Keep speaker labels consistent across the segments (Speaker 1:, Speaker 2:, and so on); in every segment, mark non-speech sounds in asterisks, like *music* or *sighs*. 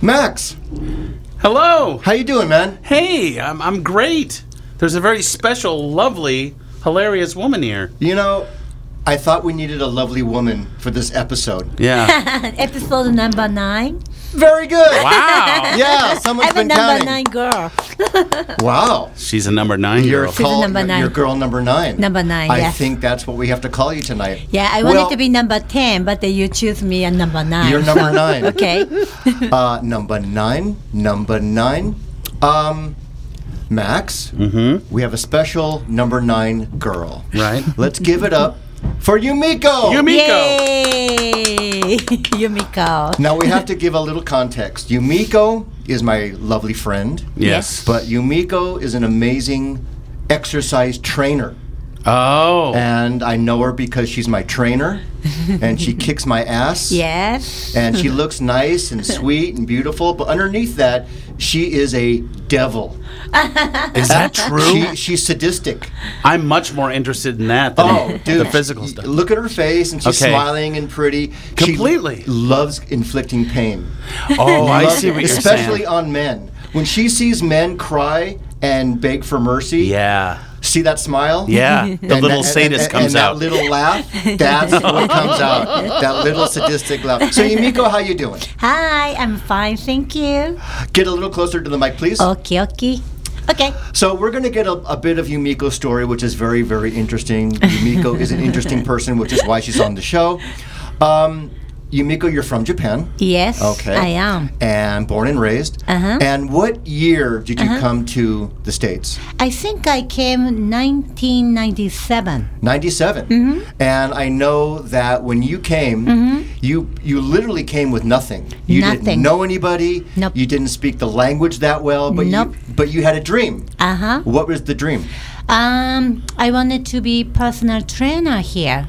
Speaker 1: Max.
Speaker 2: Hello.
Speaker 1: How you doing, man?
Speaker 2: Hey, I'm, I'm great. There's a very special, lovely, hilarious woman here.
Speaker 1: You know, I thought we needed a lovely woman for this episode.
Speaker 2: *laughs* Yeah.
Speaker 3: Episode number nine.
Speaker 1: Very good.
Speaker 2: wow.
Speaker 1: *laughs* Yeah, someone's
Speaker 3: I'm a
Speaker 1: been counting.
Speaker 3: number nine girl.
Speaker 1: Wow.
Speaker 2: She's a number nine
Speaker 1: You're
Speaker 2: girl.
Speaker 3: a
Speaker 1: call-
Speaker 3: number nine.
Speaker 1: You're girl number nine.
Speaker 3: Number nine,
Speaker 1: I
Speaker 3: yes.
Speaker 1: think that's what we have to call you tonight.
Speaker 3: Yeah, I wanted
Speaker 1: Well,
Speaker 3: to be number ten, but then you choose me at number nine.
Speaker 1: You're
Speaker 3: *laughs*
Speaker 1: number nine.
Speaker 3: okay.
Speaker 1: Uh, number nine. Number nine. Um, Max. Mm-hmm. We have a special number nine girl. *laughs*
Speaker 2: Right.
Speaker 1: Let's give it up for Yumiko.
Speaker 2: Yumi- Miko.
Speaker 3: Yay! *laughs* Yumiko.
Speaker 1: now we have to give a little context. Yumiko is my lovely friend,
Speaker 2: Yes.
Speaker 1: but Yumiko is an amazing exercise trainer.
Speaker 2: Oh.
Speaker 1: And I know her because she's my trainer and she kicks my ass.
Speaker 3: Yes.
Speaker 1: And she looks nice and sweet and beautiful, but underneath that, she is a devil.
Speaker 2: Is that true?
Speaker 1: Uh, She, she's sadistic.
Speaker 2: I'm much more interested in that than
Speaker 1: Oh, dude.
Speaker 2: the physical
Speaker 1: y-
Speaker 2: stuff.
Speaker 1: Look at her face, and she's
Speaker 2: Okay.
Speaker 1: smiling and pretty.
Speaker 2: Completely.
Speaker 1: She loves inflicting pain.
Speaker 2: Oh, I
Speaker 1: Loves-
Speaker 2: see what you're
Speaker 1: Especially
Speaker 2: saying.
Speaker 1: on men. When she sees men cry and beg for mercy,
Speaker 2: yeah.
Speaker 1: see that smile? *laughs*
Speaker 2: Yeah. The
Speaker 1: And
Speaker 2: little
Speaker 1: that- and-
Speaker 2: sadist
Speaker 1: and-
Speaker 2: comes
Speaker 1: and
Speaker 2: out.
Speaker 1: That
Speaker 2: *laughs*
Speaker 1: little laugh, that's what comes out. That little sadistic laugh. So, Yumiko, how you doing?
Speaker 3: Hi, I'm fine, thank you.
Speaker 1: Get a little closer to the mic, please.
Speaker 3: Okay, okay. Okay.
Speaker 1: So we're going to get a, a bit of Yumiko's story, which is very, very interesting. Yumiko is an interesting person, which is why she's on the show. Um, Yumiko, you're from Japan.
Speaker 3: Yes,
Speaker 1: Okay.
Speaker 3: I am.
Speaker 1: And born and raised.
Speaker 3: Uh-huh.
Speaker 1: And what year did you come to the States?
Speaker 3: I think I came 1997.
Speaker 1: 97.
Speaker 3: Mm-hmm.
Speaker 1: And I know that when you came, you you literally came with nothing. You didn't
Speaker 3: Nothing.
Speaker 1: know anybody.
Speaker 3: Nope.
Speaker 1: You didn't speak the language that well, but
Speaker 3: Nope.
Speaker 1: you but you had a dream.
Speaker 3: Uh huh.
Speaker 1: What was the dream?
Speaker 3: Um, I wanted to be personal trainer here.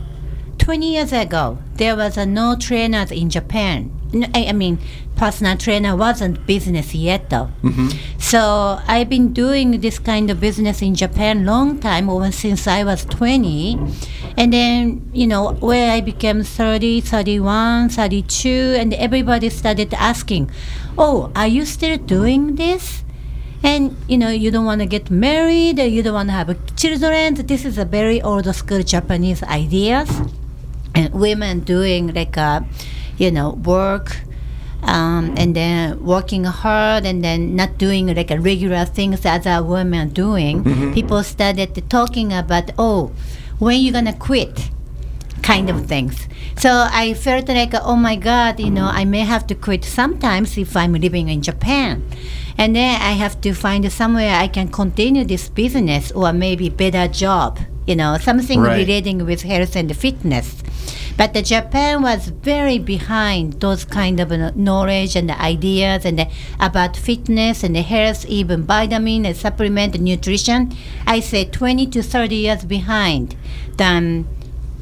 Speaker 3: 20 years ago, there was a no trainers in Japan. N- I I mean, personal trainer wasn't business yet though. So I've been doing this kind of business in Japan long time, over since I was 20. And then, you know, where I became 30, 31, 32, and everybody started asking, oh, are you still doing this? and you know you don't want to get married uh, you don't want to have children this is a very old school japanese ideas and women doing like a you know work um, and then working hard and then not doing like a regular things that other women are doing people started talking about oh when you gonna quit kind of things. So I felt like, oh my God, you know, I may have to quit sometimes if I'm living in Japan. And then I have to find somewhere I can continue this business or maybe better job, you know, something
Speaker 1: Right.
Speaker 3: relating with health and fitness. But the Japan was very behind those kind of uh, knowledge and ideas and uh, about fitness and health, even vitamin and supplement and nutrition. I say 20 to 30 years behind than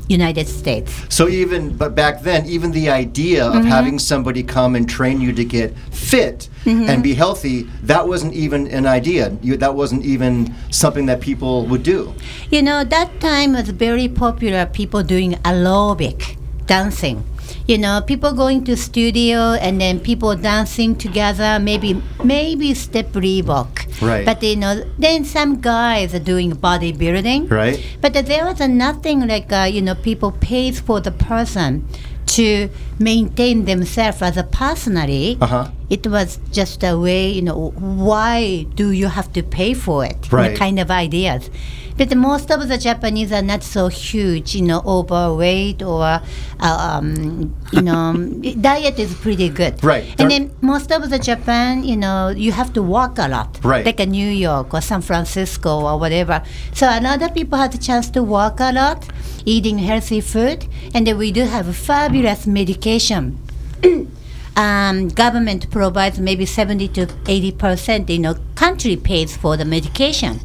Speaker 3: United States.
Speaker 1: So even but back then, even the idea of
Speaker 3: Mm-hmm.
Speaker 1: having somebody come and train you to get fit
Speaker 3: Mm-hmm.
Speaker 1: and be healthy, that wasn't even an idea. You, that wasn't even something that people would do.
Speaker 3: You know, that time was very popular people doing aerobic dancing. You know, people going to studio and then people dancing together, maybe maybe step reebok.
Speaker 1: Right.
Speaker 3: But you know, then some guys are doing bodybuilding.
Speaker 1: Right.
Speaker 3: But there was nothing like uh, you know people pays for the person to maintain themselves as a personality.
Speaker 1: Uh-huh.
Speaker 3: It was just a way, you know, why do you have to pay for it? you know,
Speaker 1: Right.
Speaker 3: kind of ideas. But most of the Japanese are not so huge, you know, overweight or, uh, um, you know,
Speaker 1: *laughs*
Speaker 3: diet is pretty good.
Speaker 1: Right.
Speaker 3: And
Speaker 1: They're-
Speaker 3: then most of the Japan, you know, you have to walk a lot.
Speaker 1: Right.
Speaker 3: Like a New York or San Francisco or whatever. So a lot of people have the chance to walk a lot, eating healthy food, and then we do have fabulous medication. um, government provides maybe 70 to 80 percent you know country pays for the medication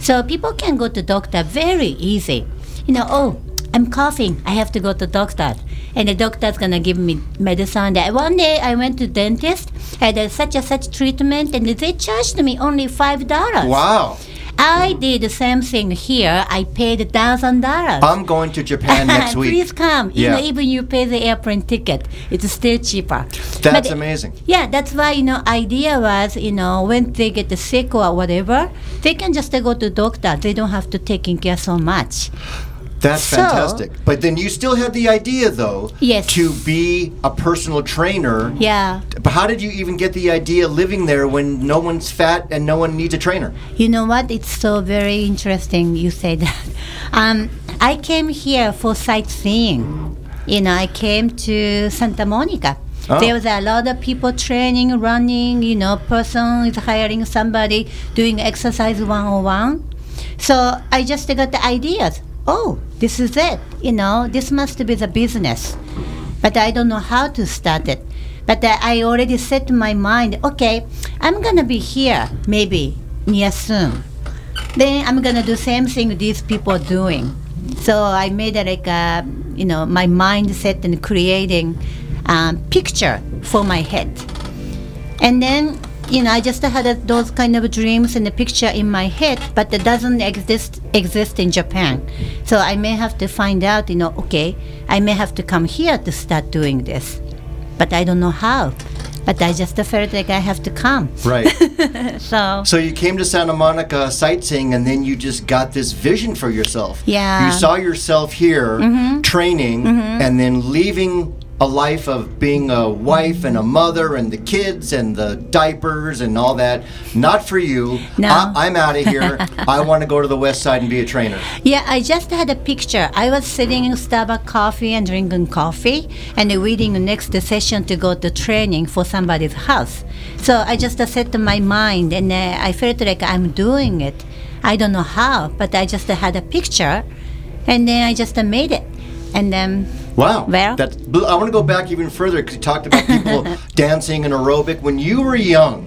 Speaker 3: so people can go to doctor very easy you know oh i'm coughing i have to go to doctor and the doctor's gonna give me medicine that one day i went to dentist had a such and such treatment and they charged me only five dollars
Speaker 1: Wow.
Speaker 3: I did the same thing here. I paid thousand dollars.
Speaker 1: I'm going to Japan Uh, next week.
Speaker 3: *laughs* Please come.
Speaker 1: Yeah.
Speaker 3: You know, even you pay the airplane ticket, it's still cheaper.
Speaker 1: That's
Speaker 3: But-
Speaker 1: amazing.
Speaker 3: Yeah, that's why you know idea was you know when they get sick or whatever, they can just go to doctor. They don't have to take in care so much.
Speaker 1: That's
Speaker 3: So-
Speaker 1: fantastic. But then you still had the idea, though,
Speaker 3: Yes.
Speaker 1: to be a personal trainer.
Speaker 3: Yeah,
Speaker 1: But how did you even get the idea living there when no one's fat and no one needs a
Speaker 3: *laughs*
Speaker 1: trainer?
Speaker 3: you know what? It's so very interesting. You say *laughs* that. Um, I came here for sightseeing. You know, I came to Santa Monica.
Speaker 1: Oh.
Speaker 3: There was a lot of people training, running. You know, person is hiring somebody doing exercise 101. So I just got the ideas. Oh, this is it. You know, this must be the business. But I don't know how to start it. But I I already set my mind, okay, I'm gonna be here maybe near soon. Then I'm gonna do same thing these people are doing. So I made a, like a, you know, my mindset and creating um, picture for my head. And then, you know, I just had a, those kind of dreams and a picture in my head, but it doesn't exist exist in Japan. So I may have to find out, you know, okay, I may have to come here to start doing this, but I don't know how. But I just felt like I have to come.
Speaker 1: Right.
Speaker 3: *laughs* So
Speaker 1: so you came to Santa Monica sightseeing and then you just got this vision for yourself.
Speaker 3: Yeah. Mm-hmm.
Speaker 1: You saw yourself here training and then leaving a life of being a wife and a mother and the kids and the diapers and all that. Not for you.
Speaker 3: No.
Speaker 1: I, I'm out of here.
Speaker 3: *laughs*
Speaker 1: I want to go to the west side and be a trainer.
Speaker 3: Yeah, I just had a picture. I was sitting in Starbucks coffee and drinking coffee and waiting the next session to go to training for somebody's house. So I just set my mind and uh, I felt like I'm doing it. I don't know how, but I just had a picture and then I just made it. And um, then,
Speaker 1: Wow.
Speaker 3: Well-
Speaker 1: that's. bl- I want to go back even further because you talked about people dancing and aerobic when you were young,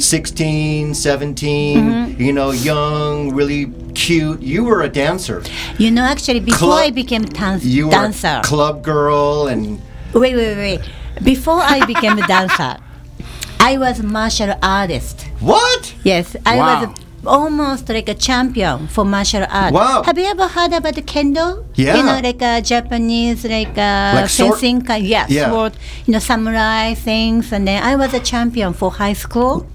Speaker 1: sixteen, seventeen. 16, 17, you know, young, really cute. You were a dancer.
Speaker 3: you know, actually, before
Speaker 1: Club-
Speaker 3: I became tan-
Speaker 1: You were
Speaker 3: dancer.
Speaker 1: a club girl and
Speaker 3: Wait, wait, wait. Before I became
Speaker 1: *laughs*
Speaker 3: a dancer, I was martial artist.
Speaker 1: what?
Speaker 3: Yes, I
Speaker 2: Wow.
Speaker 3: was almost like a champion for martial arts.
Speaker 1: Wow.
Speaker 3: Have you ever heard about the kendo?
Speaker 1: Yeah.
Speaker 3: You know, like a Japanese, like a
Speaker 1: Like sword-
Speaker 3: fencing kind, yeah,
Speaker 1: Yeah.
Speaker 3: sword, you know, samurai things. And then I was a champion for high school.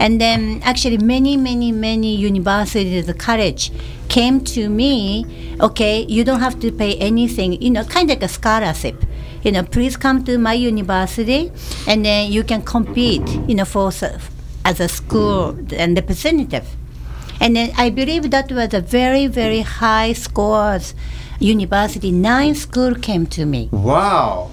Speaker 3: And then actually many, many, many universities, college came to me, okay, you don't have to pay anything, you know, kind of like a scholarship. You know, please come to my university and then you can compete, you know, for s- as a school and representative. And then I believe that was a very, very high scores university. Nine school came to me.
Speaker 1: Wow.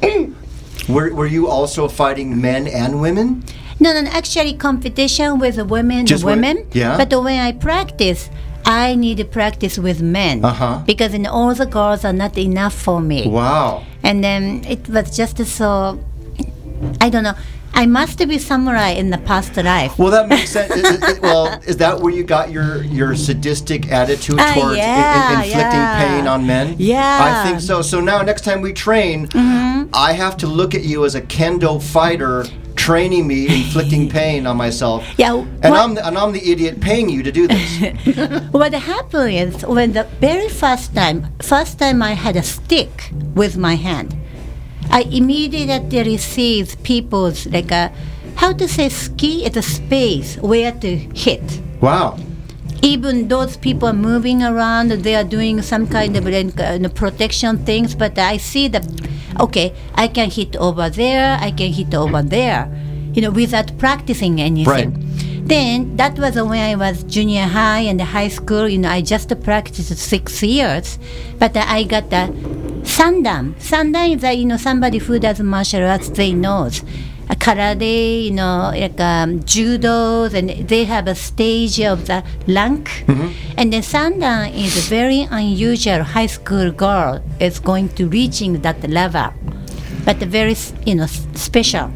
Speaker 1: were, were you also fighting men and women?
Speaker 3: No, no, no, actually competition with women,
Speaker 1: Just wo-
Speaker 3: women.
Speaker 1: yeah.
Speaker 3: But when I practice, I need to practice with men
Speaker 1: Uh-huh.
Speaker 3: because in all the girls are not enough for me.
Speaker 1: Wow.
Speaker 3: And then it was just so, I don't know. I must be samurai in the past life.
Speaker 1: Well, that makes sense. Is- is- is- well, is that where you got your, your sadistic attitude
Speaker 3: Ah,
Speaker 1: towards in- in-
Speaker 3: yeah,
Speaker 1: inflicting
Speaker 3: yeah.
Speaker 1: pain on men?
Speaker 3: Yeah.
Speaker 1: I
Speaker 3: Mm-hmm.
Speaker 1: think so. So now, next time we train, I have to look at you as a kendo fighter training me, inflicting
Speaker 3: *laughs*
Speaker 1: pain on myself.
Speaker 3: Yeah,
Speaker 1: And
Speaker 3: what-
Speaker 1: I'm, the, and I'm the idiot paying you to do
Speaker 3: *laughs*
Speaker 1: this.
Speaker 3: What happened is when the very first time, first time I had a stick with my hand, I immediately received people's like a, how to say ski at a space where to hit.
Speaker 1: wow.
Speaker 3: Even those people are moving around, they are doing some kind of like, uh, protection things, but I see the, okay, I can hit over there, I can hit over there, you know, without practicing anything.
Speaker 1: Right.
Speaker 3: Then that was when I was junior high and high school. You know, I just practiced six years, but I got the sandan. Sandan is that you know somebody who does martial arts they knows. Uh, Karate, you know, like um, judo, and they have a stage of the rank. And the sandan is very unusual. High school girl is going to reaching that level, but very, s- you know, s- special.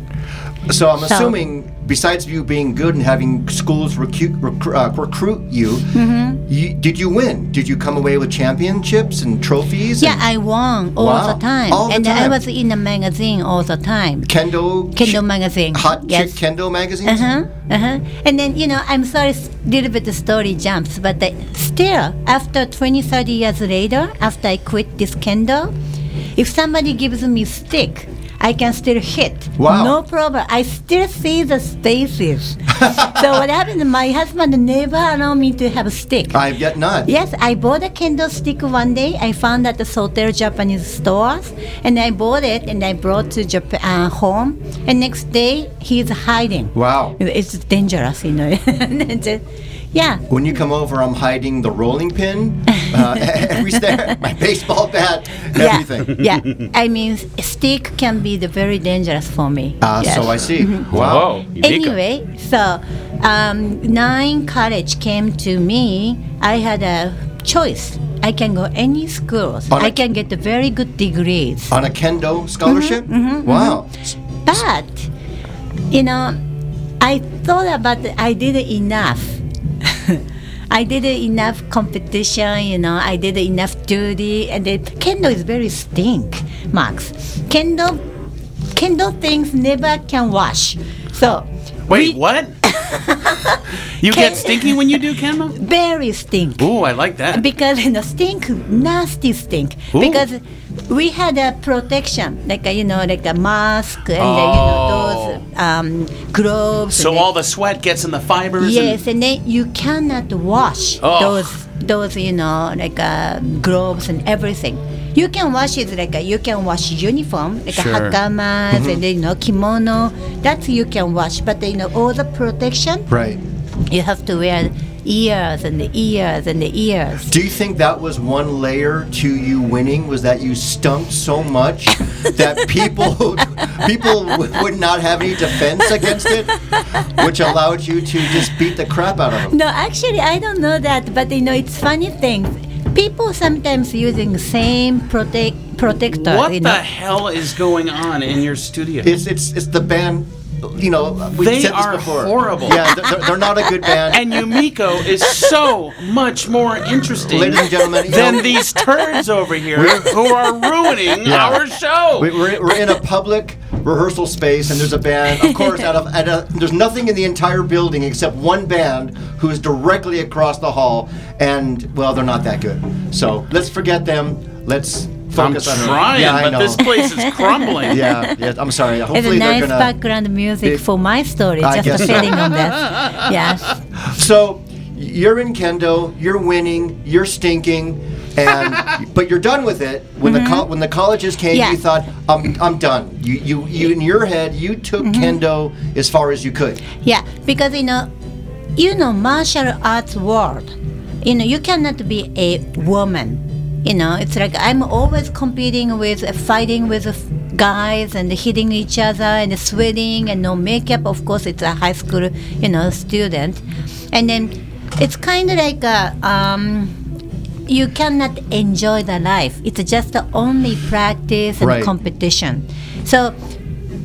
Speaker 1: So I'm
Speaker 3: So-
Speaker 1: assuming besides you being good and having schools recruit, recru- uh, recruit you,
Speaker 3: Mm-hmm.
Speaker 1: you, did you win? Did you come away with championships and trophies?
Speaker 3: Yeah,
Speaker 1: and
Speaker 3: uh, I won all
Speaker 1: Wow.
Speaker 3: the time.
Speaker 1: All the
Speaker 3: and I
Speaker 1: time.
Speaker 3: was in the magazine all the time.
Speaker 1: kendo,
Speaker 3: Kindle
Speaker 1: chi-
Speaker 3: magazine.
Speaker 1: hot
Speaker 3: yes.
Speaker 1: chick kendo magazines.
Speaker 3: Uh huh. Uh huh. And then you know, I'm sorry, s- little bit the story jumps, but the, still, after 20, 30 years later, after I quit this kendo, if somebody gives me stick, I can still hit.
Speaker 1: Wow.
Speaker 3: No problem. I still see the
Speaker 1: *laughs*
Speaker 3: spaces. so what happened? My husband never allowed me to have a stick.
Speaker 1: I've yet not.
Speaker 3: Yes, I bought a Kindle stick one day. I found at the Soter Japanese stores, and I bought it and I brought to Japan uh, home. And next day, he's hiding.
Speaker 1: Wow.
Speaker 3: It's dangerous, you know. *laughs* And then, yeah.
Speaker 1: When you come over, I'm hiding the rolling
Speaker 3: *laughs*
Speaker 1: pin, uh, *laughs* every step, my baseball bat,
Speaker 3: Yeah,
Speaker 1: everything.
Speaker 3: *laughs* yeah. I mean, s- stick can be the very dangerous for me.
Speaker 1: Ah,
Speaker 3: Yes. Mm-hmm.
Speaker 1: So I see. Wow.
Speaker 2: Wow.
Speaker 3: Anyway, so um, nine college came to me. I had a choice. I can go any schools.
Speaker 1: On a-
Speaker 3: I can get the very good degrees.
Speaker 1: On a kendo scholarship?
Speaker 3: Mm-hmm.
Speaker 1: wow.
Speaker 3: But, you know, I thought about it, I did enough. *laughs* I did enough competition, you know, I did enough duty, and then Kendo is very stink, Max. Kendo, Kendo things never can wash. So,
Speaker 2: Wait,
Speaker 3: we- *laughs*
Speaker 2: what? you
Speaker 3: Ken-
Speaker 2: get stinky when you do camo?
Speaker 3: Very stink.
Speaker 2: Ooh, I like that.
Speaker 3: because *laughs* you know stink nasty stink
Speaker 2: Ooh.
Speaker 3: because we had a protection like a, you know like a mask and uh, you know those um, gloves
Speaker 2: Oh. So
Speaker 3: and
Speaker 2: all the sweat gets in the
Speaker 3: then-
Speaker 2: fibers.
Speaker 3: yes and then you cannot wash
Speaker 2: Ugh.
Speaker 3: those those you know like uh, gloves and everything you can wash it like a, you can wash uniform like
Speaker 2: Sure. Mm-hmm.
Speaker 3: a hakamas and then, you know kimono that you can wash but you know all the protection
Speaker 1: Right.
Speaker 3: you have to wear ears and the ears and the ears
Speaker 1: Do you think that was one layer to you winning? Was that you stumped so
Speaker 3: *laughs*
Speaker 1: much that people people w- would not have any defense against it, which allowed you to just beat the crap out of them?
Speaker 3: No, actually, I don't know that, but you know, it's funny thing. People sometimes using same protect protector.
Speaker 2: And what
Speaker 3: you
Speaker 2: the
Speaker 3: know?
Speaker 2: hell is going on in your studio?
Speaker 1: It's it's it's the band. You know, we
Speaker 2: They
Speaker 1: said this
Speaker 2: are
Speaker 1: before.
Speaker 2: horrible.
Speaker 1: Yeah, they're, they're not a good band.
Speaker 2: *laughs* and Yumiko is so much more interesting
Speaker 1: Ladies and gentlemen, you know-
Speaker 2: than these turds over here who are ruining
Speaker 1: Yeah.
Speaker 2: our show.
Speaker 1: We, we're, we're in a public rehearsal space, and there's a band.
Speaker 2: *laughs*
Speaker 1: Of course, out of, out of there's nothing in the entire building except one band who is directly across the hall, and well, they're not that good. So let's forget them. Let's
Speaker 2: I'm
Speaker 1: focus on her.
Speaker 2: trying,
Speaker 1: Yeah, I
Speaker 2: but
Speaker 1: know.
Speaker 2: this place is crumbling.
Speaker 1: yeah, yeah, I'm sorry.
Speaker 3: It's a
Speaker 1: Hopefully
Speaker 3: nice
Speaker 1: they're gonna.
Speaker 3: background music
Speaker 1: It-
Speaker 3: for my story,
Speaker 1: I
Speaker 3: just
Speaker 1: guess
Speaker 3: a
Speaker 1: so.
Speaker 3: feeling on that. Yes.
Speaker 1: So you're in kendo, you're winning, you're stinking, and but you're done with it. When the col- when the colleges came,
Speaker 3: Yeah.
Speaker 1: you thought, I'm I'm done. You you, you in your head, you took kendo as far as you could.
Speaker 3: Yeah, because you know, you know, martial arts world, you know, you cannot be a woman. You know, it's like I'm always competing with, uh, fighting with guys and hitting each other and sweating and no makeup. Of course, it's a high school, you know, student, and then it's kind of like a. Um, you cannot enjoy the life. It's just only practice and
Speaker 1: Right.
Speaker 3: competition. So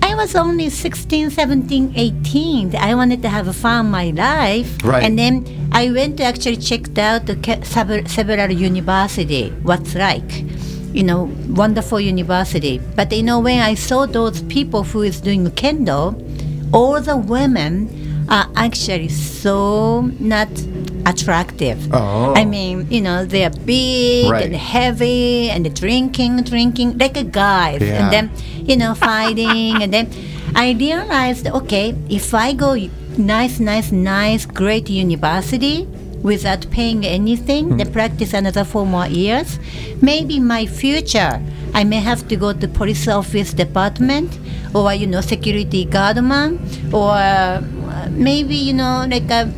Speaker 3: I was only 16, 17, 18. I wanted to have fun my life.
Speaker 1: Right.
Speaker 3: And then I went to actually checked out the ca- sever- several university, what's like. You know, wonderful university. But you know, when I saw those people who is doing kendo, all the women are actually so not attractive.
Speaker 1: Oh.
Speaker 3: I mean, you know, they're big
Speaker 1: Right.
Speaker 3: and heavy and drinking, drinking like a guy.
Speaker 1: Yeah.
Speaker 3: And then, you know, fighting. and then I realized, okay, if I go nice, nice, nice, great university without paying anything, then practice another four more years, maybe my future, I may have to go to police office department or, you know, security guardman or uh, maybe, you know, like a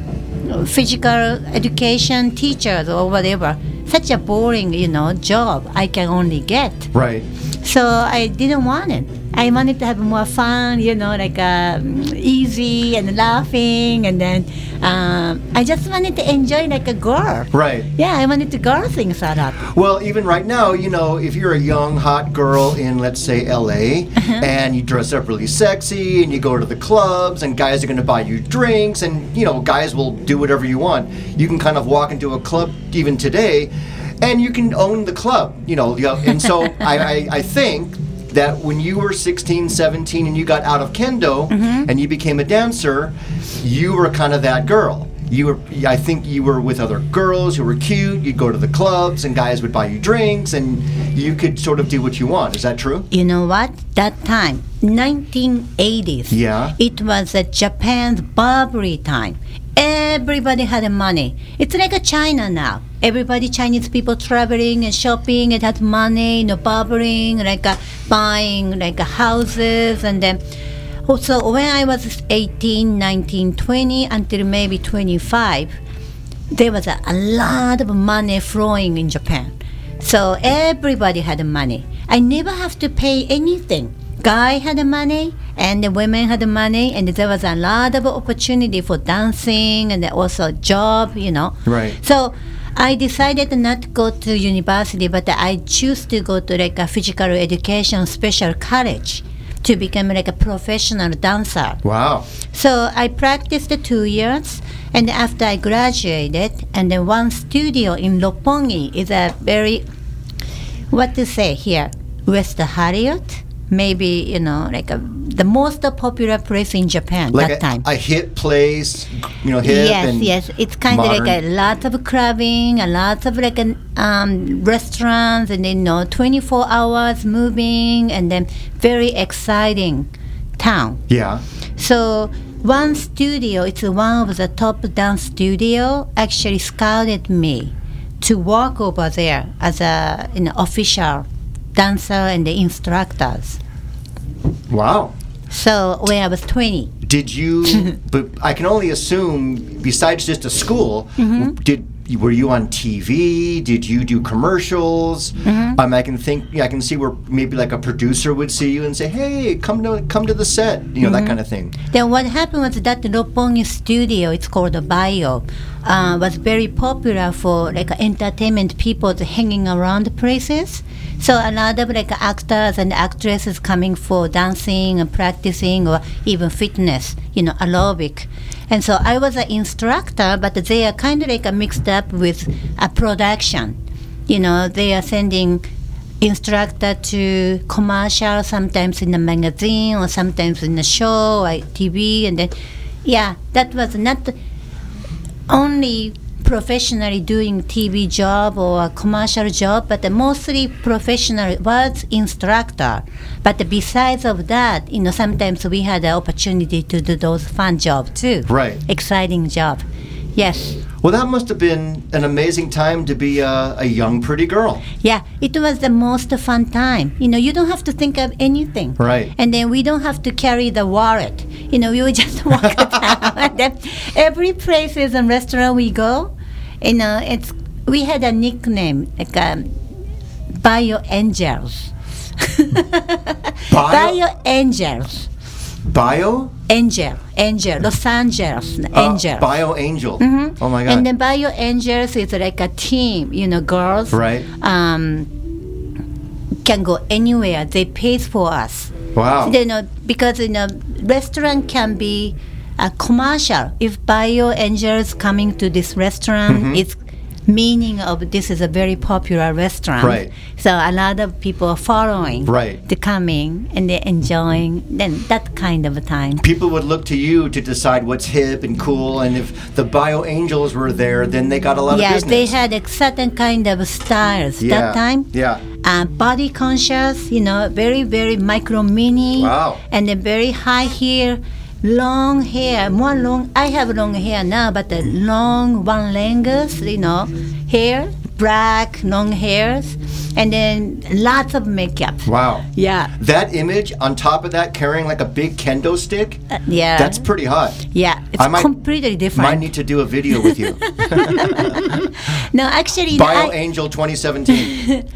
Speaker 3: physical education teachers or whatever such a boring you know job i can only get
Speaker 1: Right.
Speaker 3: so i didn't want it I wanted to have more fun, you know, like um, easy and laughing, and then um, I just wanted to enjoy like a girl.
Speaker 1: Right.
Speaker 3: Yeah, I wanted to girl things out up.
Speaker 1: Well, even right now, you know, if you're a young, hot girl in, let's say, LA, and you dress up really sexy and you go to the clubs and guys are going to buy you drinks and, you know, guys will do whatever you want, you can kind of walk into a club even today and you can own the club, you know. you have- And so I, I, I think that when you were 16, 17 and you got out of kendo and you became a dancer, you were kind of that girl you were i think you were with other girls who were cute you'd go to the clubs and guys would buy you drinks and you could sort of do what you want is that true
Speaker 3: You know what? That time, 1980s.
Speaker 1: Yeah.
Speaker 3: It was a Japan's Burberry time. Everybody had money. It's like a China now. Everybody, Chinese people traveling and shopping and had money, you know, barbering, like uh, buying like uh, houses and then. oh, So when I was 18, 19, 20 until maybe 25, there was a, a lot of money flowing in Japan. So everybody had money. I never have to pay anything. Guy had money and the women had money and there was a lot of opportunity for dancing and also job, you know.
Speaker 1: Right.
Speaker 3: So I decided not to go to university but I choose to go to like a physical education special college to become like a professional dancer.
Speaker 1: wow
Speaker 3: So I practiced two years, and after I graduated, and then one studio in Roppongi is a very, what to say here, West Harriet, maybe you know like a, the most popular place in Japan
Speaker 1: like
Speaker 3: that
Speaker 1: a,
Speaker 3: time.
Speaker 1: a hit place you know hip
Speaker 3: yes,
Speaker 1: and
Speaker 3: yes, it's kind of like a
Speaker 1: modern.
Speaker 3: lot of clubbing, a lot of like an um, restaurants, and then you know, 24 hours moving, and then very exciting town.
Speaker 1: yeah
Speaker 3: So one studio, it's one of the top dance studio, actually scouted me to work over there as a an official dancer and the instructors.
Speaker 1: wow
Speaker 3: So when I was 20,
Speaker 1: did
Speaker 3: *laughs*
Speaker 1: you but i can only assume besides just a school
Speaker 3: Mm-hmm.
Speaker 1: did were you on TV? Did you do commercials?
Speaker 3: Mm-hmm.
Speaker 1: Um, I can think. yeah, I can see where maybe like a producer would see you and say, "Hey, come to come to the set," you know
Speaker 3: Mm-hmm.
Speaker 1: that kind of thing.
Speaker 3: then what happened was that Roppongi studio, it's called Bio, uh, was very popular for like entertainment people to hanging around places. So a lot of like actors and actresses coming for dancing and practicing or even fitness, you know, aerobic. And so I was an instructor, but they are kind of like uh, mixed up with a production. You know, they are sending instructor to commercial, sometimes in a magazine or sometimes in a show or TV, and then yeah, that was not only professionally doing TV job or a commercial job, but mostly professional was instructor. But besides of that, you know, sometimes we had the opportunity to do those fun job too.
Speaker 1: Right.
Speaker 3: Exciting job. Yes.
Speaker 1: Well, that must have been an amazing time to be a, a young, pretty girl.
Speaker 3: Yeah, it was the most fun time. You know, you don't have to think of anything.
Speaker 1: Right.
Speaker 3: And then we don't have to carry the wallet. You know, we would *laughs*
Speaker 1: *laughs*
Speaker 3: just walk around. And then every place is a restaurant we go. You know, it's we had a nickname like um, Bio
Speaker 1: *laughs*
Speaker 3: Angels. Bio Angels.
Speaker 1: Bio?
Speaker 3: Angel, angel, Los Angeles,
Speaker 1: Uh,
Speaker 3: angel.
Speaker 1: bio Angel. Oh my God.
Speaker 3: Mm-hmm. And then Bio Angels is like a team, you know, girls.
Speaker 1: Right.
Speaker 3: Um, can go anywhere. They pay for us.
Speaker 1: wow.
Speaker 3: You know, because you know, restaurant can be a commercial. If Bio Angels coming to this restaurant,
Speaker 1: Mm-hmm.
Speaker 3: it's meaning of this is a very popular restaurant.
Speaker 1: Right.
Speaker 3: So a lot of people are following.
Speaker 1: Right.
Speaker 3: The coming and they're enjoying. Then that kind of a time.
Speaker 1: People would look to you to decide what's hip and cool, and if the Bio Angels were there, then they got a lot
Speaker 3: Yeah,
Speaker 1: of
Speaker 3: they
Speaker 1: business.
Speaker 3: had a certain kind of styles
Speaker 1: yeah.
Speaker 3: that time.
Speaker 1: Yeah.
Speaker 3: uh, body conscious, you know, very, very micro mini.
Speaker 1: Wow.
Speaker 3: And then very high hair, long hair, more long. I have long hair now, but the long one length, you know, hair, black, long hairs, and then lots of makeup.
Speaker 1: Wow.
Speaker 3: Yeah.
Speaker 1: That image on top of that carrying like a big kendo stick,
Speaker 3: Uh, yeah.
Speaker 1: that's pretty hot.
Speaker 3: yeah, it's
Speaker 1: I might-
Speaker 3: completely
Speaker 1: Might
Speaker 3: different.
Speaker 1: need to do a video with
Speaker 3: *laughs*
Speaker 1: you.
Speaker 3: no, actually, no,
Speaker 1: Bio
Speaker 3: I-
Speaker 1: Angel 2017.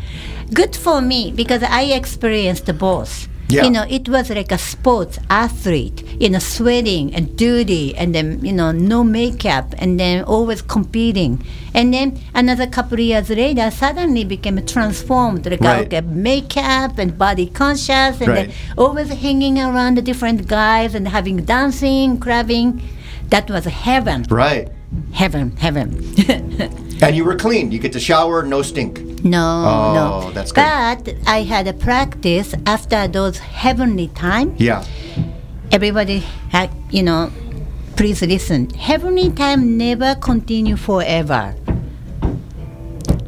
Speaker 3: good for me because I experienced both.
Speaker 1: Yeah.
Speaker 3: You know, it was like a sports athlete, you know, sweating and dirty and then, you know, no makeup and then always competing. And then another couple of years later, suddenly became transformed, like
Speaker 1: Right.
Speaker 3: okay, makeup and body conscious and
Speaker 1: Right.
Speaker 3: then always hanging around the different guys and having dancing, clubbing. That was heaven,
Speaker 1: Right.
Speaker 3: heaven, heaven. *laughs*
Speaker 1: And you were clean. You get to shower, no stink.
Speaker 3: No,
Speaker 1: Oh,
Speaker 3: no.
Speaker 1: that's good.
Speaker 3: But I had a practice after those heavenly time.
Speaker 1: Yeah.
Speaker 3: Everybody, had, you know, please listen. Heavenly time never continue forever,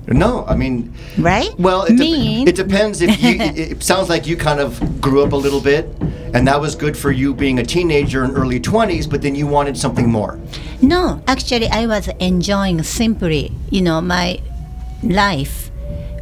Speaker 1: No, I mean,
Speaker 3: right?
Speaker 1: well, it, dep-
Speaker 3: mean.
Speaker 1: it depends if
Speaker 3: *laughs*
Speaker 1: you. it, it sounds like you kind of grew up a little bit, and that was good for you being a teenager in early 20s, but then you wanted something more.
Speaker 3: No, actually, I was enjoying simply, you know, my life.